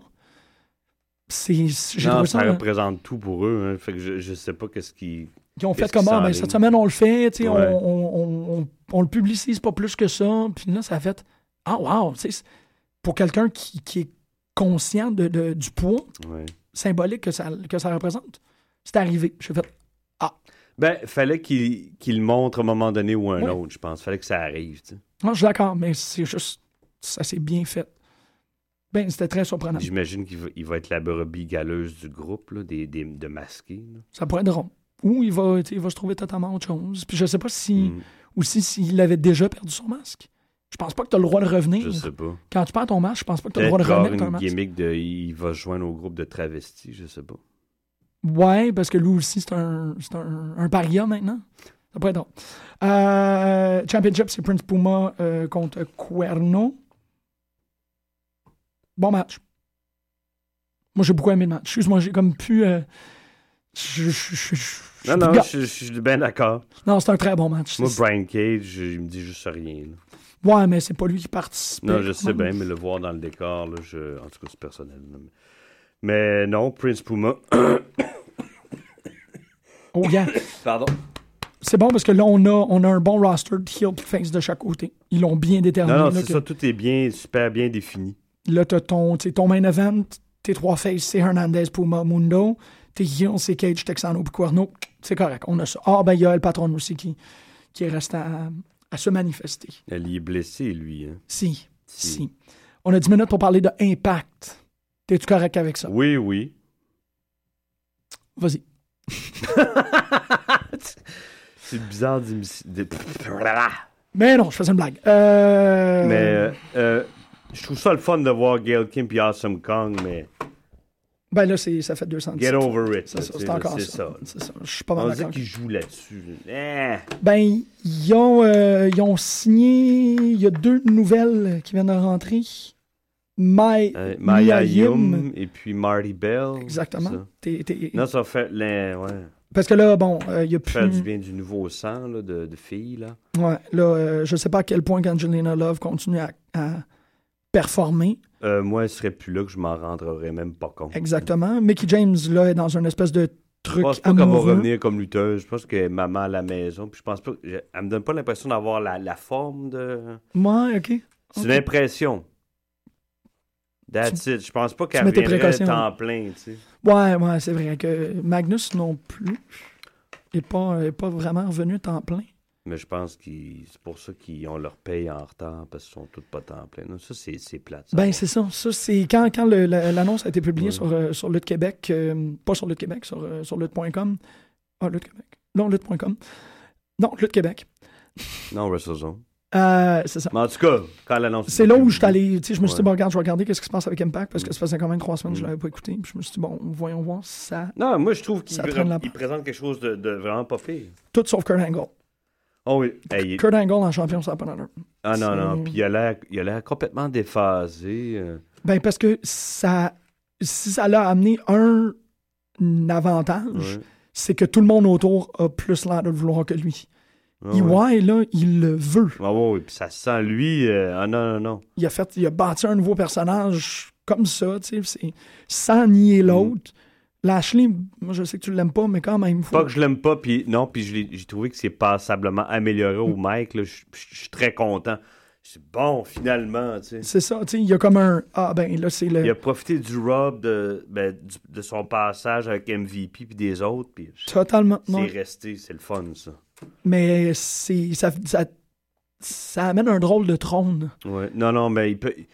I: c'est. J'ai
K: Non,
I: trouvé
K: ça
I: ça.
K: représente tout pour eux. hein. Fait que je, je sais pas qu'est-ce qui.
I: Ils ont fait
K: qu'est-ce
I: comme
K: qui
I: ah, ben,
K: s'enligne.
I: cette semaine, on le fait, tu sais, on,
K: Ouais.
I: on- on- on- on le publicise pas plus que ça. Puis là, ça a fait Ah, wow! tu sais, c'est- Pour quelqu'un qui, qui est conscient de- de- du poids
K: Ouais.
I: symbolique que ça, que ça représente, c'est arrivé. J'ai fait
K: Ben, fallait qu'il qu'il le montre à un moment donné ou à un
I: Ouais.
K: autre, je pense. Fallait que ça arrive. tu sais.
I: Non, je suis d'accord, mais c'est juste. Ça s'est bien fait. Ben, c'était très surprenant.
K: J'imagine qu'il va, il va être la brebis galeuse du groupe, là, des, des- de masqués. là.
I: Ça pourrait être drôle. Ou il va, tu sais, il va se trouver totalement autre chose. Puis je sais pas
K: Hmm.
I: si. Ou si s'il avait déjà perdu son masque. Je pense pas que tu as le droit de revenir.
K: Je sais pas. Eh,
I: Quand tu perds ton masque, je pense pas que tu as le droit
K: Peut-être
I: de
K: genre
I: remettre un
K: une
I: masque.
K: gimmick de il va se joindre au groupe de travestis, je sais pas.
I: Ouais, parce que lui aussi, c'est un, c'est un, un paria maintenant. Ça pourrait être drôle. Euh, championship, c'est Prince Puma euh, contre Cuerno. Bon match. Moi, j'ai beaucoup aimé le match. Excuse-moi, j'ai comme pu. euh, je- je- je- je-
K: Non, non,
I: je-
K: je je- je suis bien d'accord.
I: Non, c'est un très bon match.
K: Moi,
I: C'est-
K: Brian Cage, il me dit juste rien. là.
I: Ouais, mais c'est pas lui qui participe.
K: Non, je sais bien, mais le voir dans le décor, là, je... en tout cas, c'est personnel. là. Mais non, Prince Puma.
I: Oh, yeah.
K: Pardon.
I: C'est bon parce que là, on a, on a un bon roster de heel et face de chaque côté. Ils l'ont bien déterminé.
K: Non, non,
I: là,
K: c'est
I: que-
K: ça, tout est bien, super bien défini.
I: Là, t'as ton, t'sais, ton main event, tes trois faces, c'est Hernandez, Puma, Mundo. Tes heels, c'est Cage, Texano, puis Cuerno. C'est correct, on a ça. Ah, ben, il y a le patron aussi qui, qui reste à, à se manifester.
K: Elle y est blessée, lui. hein.
I: Si, si.
K: Hmm.
I: On a 10 minutes pour parler de Impact. T'es-tu correct avec ça?
K: Oui, oui.
I: Vas-y.
K: C'est bizarre d'émission. de-
I: Mais non, je faisais une blague. Euh,
K: Mais euh, euh, je trouve ça le fun de voir Gail Kim et Awesome Kong, mais
I: Ben là, c'est- ça fait 200
K: get over it.
I: C'est
K: là,
I: ça,
K: tu
I: c'est
K: sais, là,
I: encore ça. C'est ça, Je suis pas mal
K: On dit
I: d'accord.
K: qu'ils jouent là-dessus. Eh.
I: Ben, ils ont, euh, ils ont signé. Il y a deux nouvelles qui viennent de rentrer. My,
K: Euh, Maya
I: Mia Yim.
K: Yum et puis Marty Bell.
I: Exactement.
K: ça.
I: T'es- t'es-
K: Non, ça fait, les, ouais,
I: Parce que là, bon, euh, il y a
K: faire
I: plus.
K: du bien du nouveau sang là, de, de filles. Là.
I: Ouais, là, euh, je sais pas à quel point Angelina Love continue à, à performer.
K: Euh, moi, elle serait plus là que je m'en rendrais même pas compte.
I: Exactement. Mickey James, là, est dans une espèce de
K: Je
I: truc
K: pense pas qu'elle va
I: amoureux.
K: revenir comme lutteuse. Je pense qu'elle est maman à la maison. Puis je pense pas. je- elle me donne pas l'impression d'avoir la, la forme de.
I: Ouais, ok.
K: C'est
I: Ok.
K: une impression. That's it. Je pense pas qu'elle
I: mets tes
K: reviendrait
I: précautions. hein.
K: temps plein. Tu sais.
I: Ouais, ouais, c'est vrai que Magnus non plus est pas, est pas vraiment revenu temps plein.
K: Mais je pense que c'est pour ça qu'ils ont leur paye en retard parce qu'ils sont tous pas temps plein. Non, ça, c'est c'est plate. ça.
I: Ben, c'est ça. Ça, c'est quand, quand le- la- l'annonce a été publiée sur, euh, sur Lutte Québec, euh, pas sur Lutte Québec, sur, euh, sur Lutte.com. Ah, Lutte Québec. Non, Lutte.com. Non, Lutte Québec.
K: Non, WrestleZone.
I: Euh, c'est ça.
K: Mais en tout cas, quand l'annonce.
I: C'est là où je suis allé. tu sais, Je me suis dit,
K: Ouais. Mm.
I: bon, regarde, je vais regarder qu'est-ce qui se passe avec Impact parce que ça faisait quand même trois semaines que je l'avais pas écouté. Puis je me suis dit, bon, voyons voir si ça.
K: Non, moi, je trouve qu'il
I: Ça traîne la
K: il présente quelque chose de, de vraiment pas pire.
I: Tout sauf Kurt Angle.
K: Oh oui. Hey, il-
I: Kurt Angle en champion, ça n'a pas d'allure.
K: Ah non, non.
I: c'est-
K: Puis il a l'air- il a l'air complètement déphasé. euh.
I: Ben, parce que ça. Si ça l'a amené un avantage,
K: Ouais.
I: c'est que tout le monde autour a plus l'air de le vouloir que lui.
K: Ah
I: EY,
K: ouais.
I: là, il le veut.
K: Ah ouais, ouais, puis ça sent lui. euh, ah non, non, non.
I: Il a, fait, il a bâti un nouveau personnage comme ça, tu sais, c'est- sans
K: Mm.
I: nier l'autre. Lashley, moi, je sais que tu l'aimes pas, mais quand même. faut-
K: Pas que je l'aime pas, puis non, puis je l'ai- j'ai trouvé que c'est passablement amélioré au mic. là. Je je- je suis très content. C'est bon, finalement, tu sais.
I: C'est ça, tu sais, il y a comme un. Ah, ben là, c'est le.
K: Il a profité du rub de, ben, du- de son passage avec MVP puis des autres, puis
I: Totalement.
K: c'est
I: non.
K: resté, c'est le fun, ça.
I: Mais c'est. Ça, ça, ça amène un drôle de trône.
K: Ouais. Non, non, mais il peut, il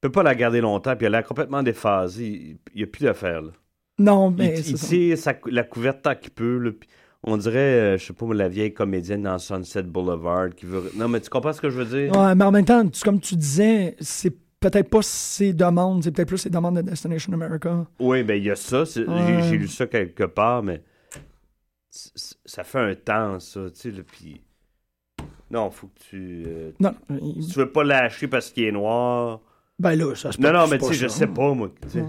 K: peut pas la garder longtemps, puis elle a complètement déphasé. Il- Il n'y a plus d'affaire, là.
I: Non,
K: Il,
I: mais.
K: il
I: Ben, c'est ça.
K: tire sa cou- la couverte tant qu'il peut, là, puis on dirait, euh, je sais pas, moi, la vieille comédienne dans Sunset Boulevard qui veut. Non, mais tu comprends ce que je veux dire?
I: Ouais, mais en même temps, tu- comme tu disais, c'est peut-être pas ses demandes, c'est peut-être plus ses demandes de Destination America.
K: Oui, ben il y a ça. c'est-
I: Ouais.
K: J'ai, j'ai lu ça quelque part, mais c- c- ça fait un temps, ça, tu sais, là, puis... Non, faut que tu... euh,
I: Non, il-
K: si tu veux pas lâcher parce qu'il est noir...
I: ben là, ça se
K: Non,
I: peut-
K: non,
I: c'est
K: mais
I: pas
K: tu sais, je
I: ça.
K: sais pas, moi. tu sais.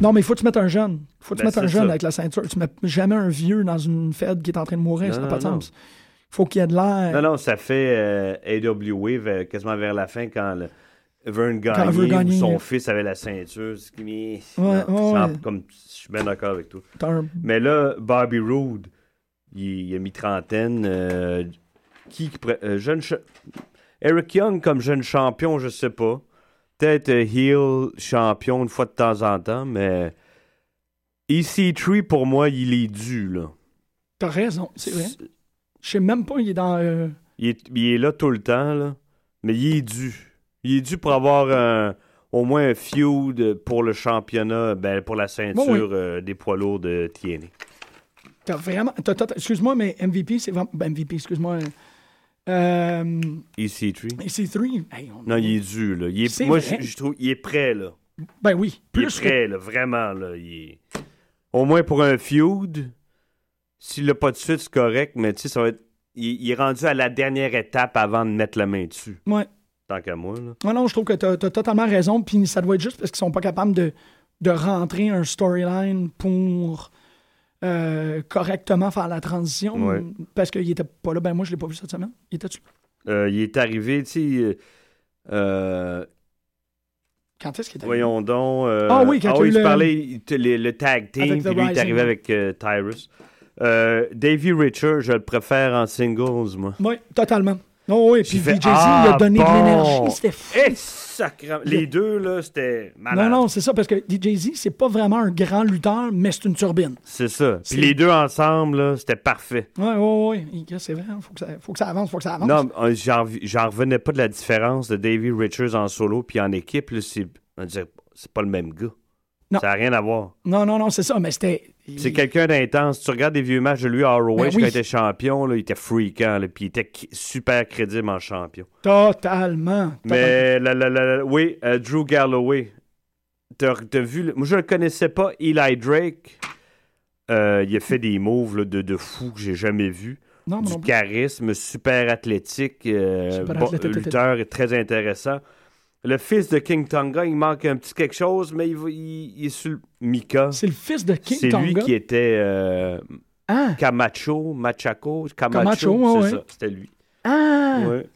I: Non, mais il faut que tu mettes un jeune. Il faut que tu
K: Ben,
I: mettes un
K: c'est
I: jeune
K: ça.
I: avec la ceinture. Tu mets jamais un vieux dans une fed qui est en train de mourir.
K: Non,
I: ça n'a
K: non,
I: pas de
K: non.
I: sens. Il faut qu'il y ait de l'air.
K: Non, non, ça fait euh, AWA vers- quasiment vers la fin quand le- Vern
I: Quand
K: Gagné,
I: Vern Gagné,
K: ou son
I: euh,
K: fils avait la ceinture. c'est qui- mais-
I: Ouais,
K: non,
I: ouais,
K: c'est
I: ouais.
K: en- Comme, je suis bien d'accord avec toi.
I: T'as un-
K: Mais là, Bobby Roode, il, il a mis trentaine. euh, qui, qui pourrait- euh, jeune cha- Eric Young comme jeune champion, je sais pas. Peut-être euh, heel champion une fois de temps en temps, mais EC3 pour moi, il est dû là.
I: T'as raison, c'est vrai. Je sais même pas, il est dans. euh,
K: Il est, il est là tout le temps là, mais il est dû. Il est dû pour avoir un- au moins un feud pour le championnat, ben, pour la ceinture
I: Bon, oui.
K: euh, des poids lourds de TNA.
I: T'as vraiment. t'as- t'as- t'as- excuse-moi, mais MVP, c'est vraiment. Ben, MVP, excuse-moi. Euh,
K: E EC3.
I: et c'est 3 Hey, on-
K: Non, il est dû, là. Il est-
I: C'est
K: moi,
I: vrai.
K: je, je trouve il est prêt, là.
I: Ben oui,
K: Il
I: plus
K: est
I: que-
K: prêt, là, vraiment, là. Il est- Au moins pour un feud, s'il l'a pas de suite, c'est correct, mais tu sais, ça va être il, il est rendu à la dernière étape avant de mettre la main dessus.
I: Ouais.
K: Tant qu'à moi, là.
I: Non, non, je trouve que t'as as totalement raison. Puis ça doit être juste parce qu'ils sont pas capables de, de rentrer un storyline pour euh, correctement faire la transition.
K: Ouais.
I: Parce qu'il était pas là. Ben moi, je l'ai pas vu cette semaine. Il était dessus.
K: Euh, il est arrivé, tu sais. euh,
I: Quand est-ce qu'il était
K: Voyons donc. euh,
I: Ah oui, quand il y a eu
K: il se
I: le-
K: parlait, il- te- le, le tag team,
I: Avec The
K: puis lui, il est
I: Rising.
K: arrivé avec euh, Tyrus. Euh, Davey Richard, je le préfère en singles, moi.
I: Oui, totalement. Non, oui. Puis
K: fait,
I: VJZ,
K: ah,
I: il a donné
K: bon.
I: de l'énergie. C'était fou.
K: Eh, sacré... Les deux, là, c'était
I: Non,
K: malade.
I: non, c'est ça, parce que DJZ, c'est pas vraiment un grand lutteur, mais c'est une turbine.
K: C'est ça.
I: C'est-
K: Puis les deux ensemble, là, c'était parfait.
I: Oui, oui, oui. C'est vrai, hein, faut que, ça, faut que ça avance, faut que ça avance.
K: Non, euh, j'en j'en revenais pas de la différence de Davey Richards en solo puis en équipe. là, C'est on dirait, c'est pas le même gars.
I: Non.
K: Ça n'a rien à voir.
I: non, non, non, c'est ça, mais c'était.
K: C'est quelqu'un d'intense. Tu regardes des vieux matchs de lui à ROH
I: Ben
K: quand
I: oui.
K: il était champion, là, il était freakant, là, puis il était qui- super crédible en champion.
I: Totalement.
K: Mais la- la- la- la- oui, euh, Drew Galloway, t'as t'as vu, le- moi je le connaissais pas, Eli Drake, euh, il a fait des moves là, de, de fou que j'ai jamais vu.
I: Non, mais
K: du
I: non plus.
K: charisme, super athlétique, euh,
I: Super
K: bon,
I: athlète, athlète.
K: lutteur et très intéressant. Le fils de King Tonga, il manque un petit quelque chose, mais il, va- il- il est sur le Mika.
I: C'est le fils de King
K: C'est lui
I: Tonga.
K: qui était euh,
I: Ah,
K: Camacho, Machaco, Camacho,
I: Camacho, ouais,
K: c'est
I: ouais.
K: ça, c'était lui.
I: ah!
K: Ouais.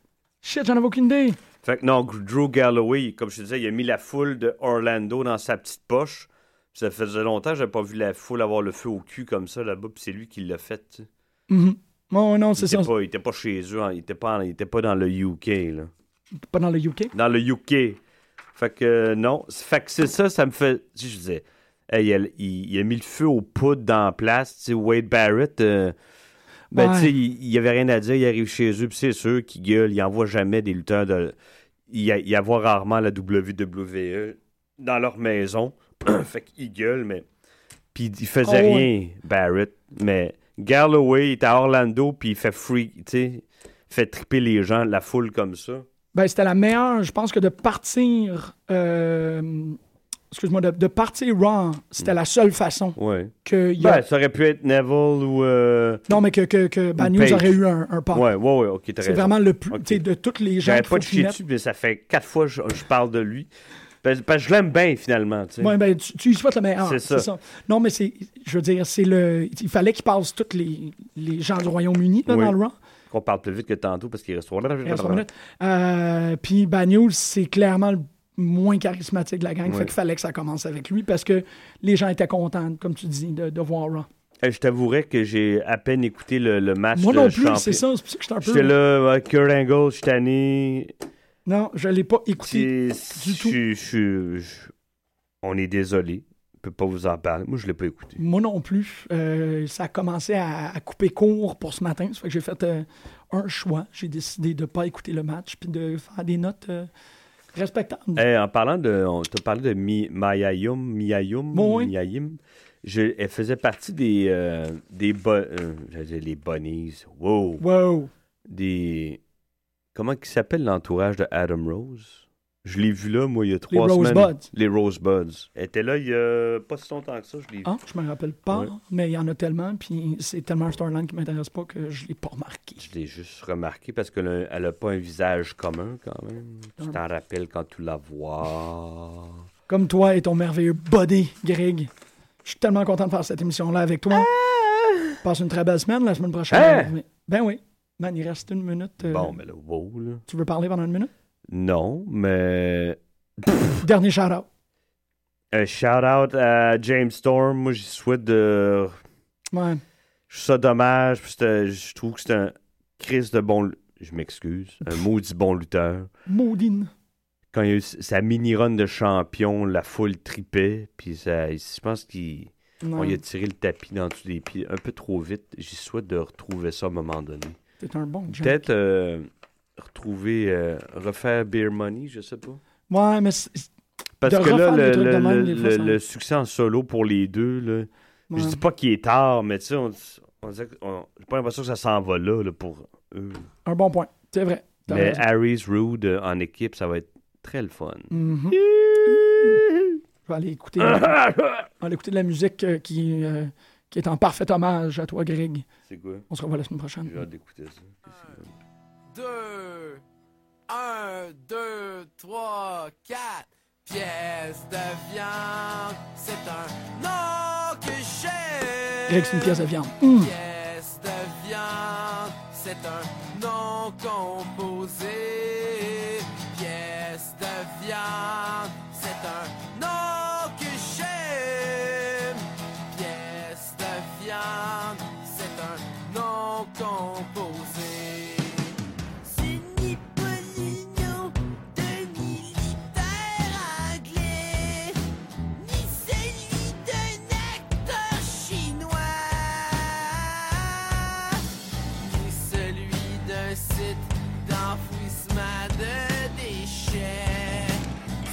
I: Shit, j'en avais aucune idée.
K: Fait que non, Gr- Drew Galloway, comme je te disais, il a mis la foule de Orlando dans sa petite poche. Ça faisait longtemps que j'avais pas vu la foule avoir le feu au cul comme ça là-bas, puis c'est lui qui l'a fait. tu sais.
I: Mhm. Non, non,
K: Il
I: c'est
K: était,
I: ça.
K: pas, il était pas chez eux, hein, il, était pas, en- il était pas dans le UK. Là.
I: Pas dans le UK.
K: Dans le UK. Fait que euh, non, C'est- fait que c'est ça, ça me fait. tu sais, Je disais, hey, il, il- il a mis le feu aux poudres dans la place. Tu sais, Wade Barrett, euh, ben,
I: Ouais.
K: tu sais, il il y avait rien à dire. Il arrive chez eux, puis c'est sûr qu'il gueule. Il envoie jamais des lutteurs de. Il y, a- il y voit rarement la WWE dans leur maison. fait qu'il gueule, mais. Puis il faisait
I: Oh, ouais.
K: rien, Barrett. Mais Galloway, il est à Orlando, puis il fait free, tu sais, fait triper les gens, la foule comme ça.
I: Ben, c'était la meilleure, je pense que de partir. euh, Excuse-moi, de, de partir Raw, c'était la seule façon
K: Ouais.
I: que. il y a-
K: Ben, ça aurait pu être Neville ou. euh,
I: non, mais que, que, que Bad
K: Ou
I: News
K: Page.
I: aurait eu un, un port.
K: Ouais, ouais, ouais, ok, t'as
I: c'est
K: raison.
I: vraiment le plus.
K: Ok.
I: tu sais, De toutes les gens.
K: J'arrête
I: qu'il faut
K: pas de
I: qu'ils
K: chier
I: mettent.
K: dessus, mais ça fait quatre fois que je, je parle de lui. Parce, parce que je l'aime bien, finalement, tu sais.
I: Ouais, ben, tu, tu y souhaites le meilleur.
K: C'est ça.
I: Non, mais c'est, je veux dire, c'est le, il fallait qu'il passe tous les, les gens du Royaume-Uni là,
K: Oui.
I: dans le rang.
K: Qu'on parle plus vite que tantôt parce qu'il reste trois
I: Il reste trois minutes. Euh, puis Bagnoul, c'est clairement le moins charismatique de la gang.
K: Ouais.
I: Fait qu'il fallait que ça commence avec lui parce que les gens étaient contents, comme tu dis, de, de voir Raw.
K: Euh, Je t'avouerais que j'ai à peine écouté le, le match.
I: Moi
K: de
I: non plus,
K: champion.
I: c'est ça. C'est pour ça que j'étais un peu.
K: J'étais là, ouais, Kurt Angle, je suis tanné.
I: Non, je l'ai pas écouté.
K: C'est-
I: du tout.
K: je- je- je- On est désolé. Je peux pas vous en parler. Moi, je l'ai pas écouté.
I: Moi non plus. Euh, ça a commencé à, à couper court pour ce matin. Ça fait que j'ai fait euh, un choix. J'ai décidé de pas écouter le match puis de faire des notes euh, respectables.
K: Hey, Eh, en parlant de. On t'a parlé de Mi- Mayayum, Miayum,
I: Bon, oui.
K: Miayim. Je- elle faisait partie des. euh, des bo- euh, j'allais dire les bunnies. Wow.
I: Wow.
K: Des. Comment qui s'appelle l'entourage de Adam Rose? Je l'ai vu là, moi, il y a
I: Les
K: trois semaines.
I: Rosebuds.
K: Les Rosebuds. Elle était là il y a pas si longtemps que ça, je l'ai vu.
I: Ah, je me rappelle pas,
K: Ouais.
I: mais il y en a tellement, puis c'est tellement un storyline qui m'intéresse pas que je l'ai pas remarqué.
K: Je l'ai juste remarqué parce qu'elle n'a pas un visage commun quand même.
I: Ah.
K: Tu t'en rappelles quand tu la vois.
I: Comme toi et ton merveilleux body, Greg. Je suis tellement content de faire cette émission-là avec toi. Passe une très belle semaine la semaine prochaine.
K: Ah! Hein?
I: Oui. Ben oui. Man, il reste une minute. euh,
K: Bon, mais là, wow, là.
I: Tu veux parler pendant une minute?
K: Non, mais.
I: Dernier shout-out.
K: Un shout-out Euh, à James Storm. Moi, j'y souhaite de.
I: Ouais.
K: Je trouve ça dommage. parce que Je trouve que c'est un crise de bon. Je m'excuse. Un maudit bon lutteur.
I: Maudine.
K: Quand il y a eu sa mini-run de champion, la foule tripait. Puis ça, je pense qu'il.
I: Non,
K: On y a tiré le tapis dans tous les pieds un peu trop vite. J'y souhaite de retrouver ça à un moment donné.
I: T'es un bon Jack.
K: Peut-être euh, retrouver, euh, refaire Beer Money, je sais pas.
I: Ouais, mais c'est-
K: Parce
I: De
K: que là,
I: refaire
K: le,
I: des trucs
K: le-
I: de même,
K: le-
I: des fois,
K: le-
I: ça-
K: le succès en solo pour les deux, là,
I: ouais.
K: je dis pas qu'il est tard, mais tu sais, on, on dirait que- on- j'ai pas l'impression que ça s'en va là, là, pour eux.
I: un bon point. C'est vrai. T'as
K: Mais
I: raison.
K: Harry's Rude euh, en équipe, ça va être très le fun.
I: Mhm. Je vais aller écouter, on va aller écouter de la musique euh, qui, euh, qui est en parfait hommage à toi, Greg.
L: C'est quoi?
I: On se revoit la semaine prochaine.
L: J'ai hâte d'écouter ça. Qu'est-ce que-
K: 2, 1, 2, 3, 4. Pièce de viande, c'est un nom que j'aime.
I: Greg, c'est une pièce de viande. Mm.
K: Pièce de viande, c'est un nom composé. Pièce de viande, c'est un nom que j'aime. Pièce de viande, c'est un nom composé.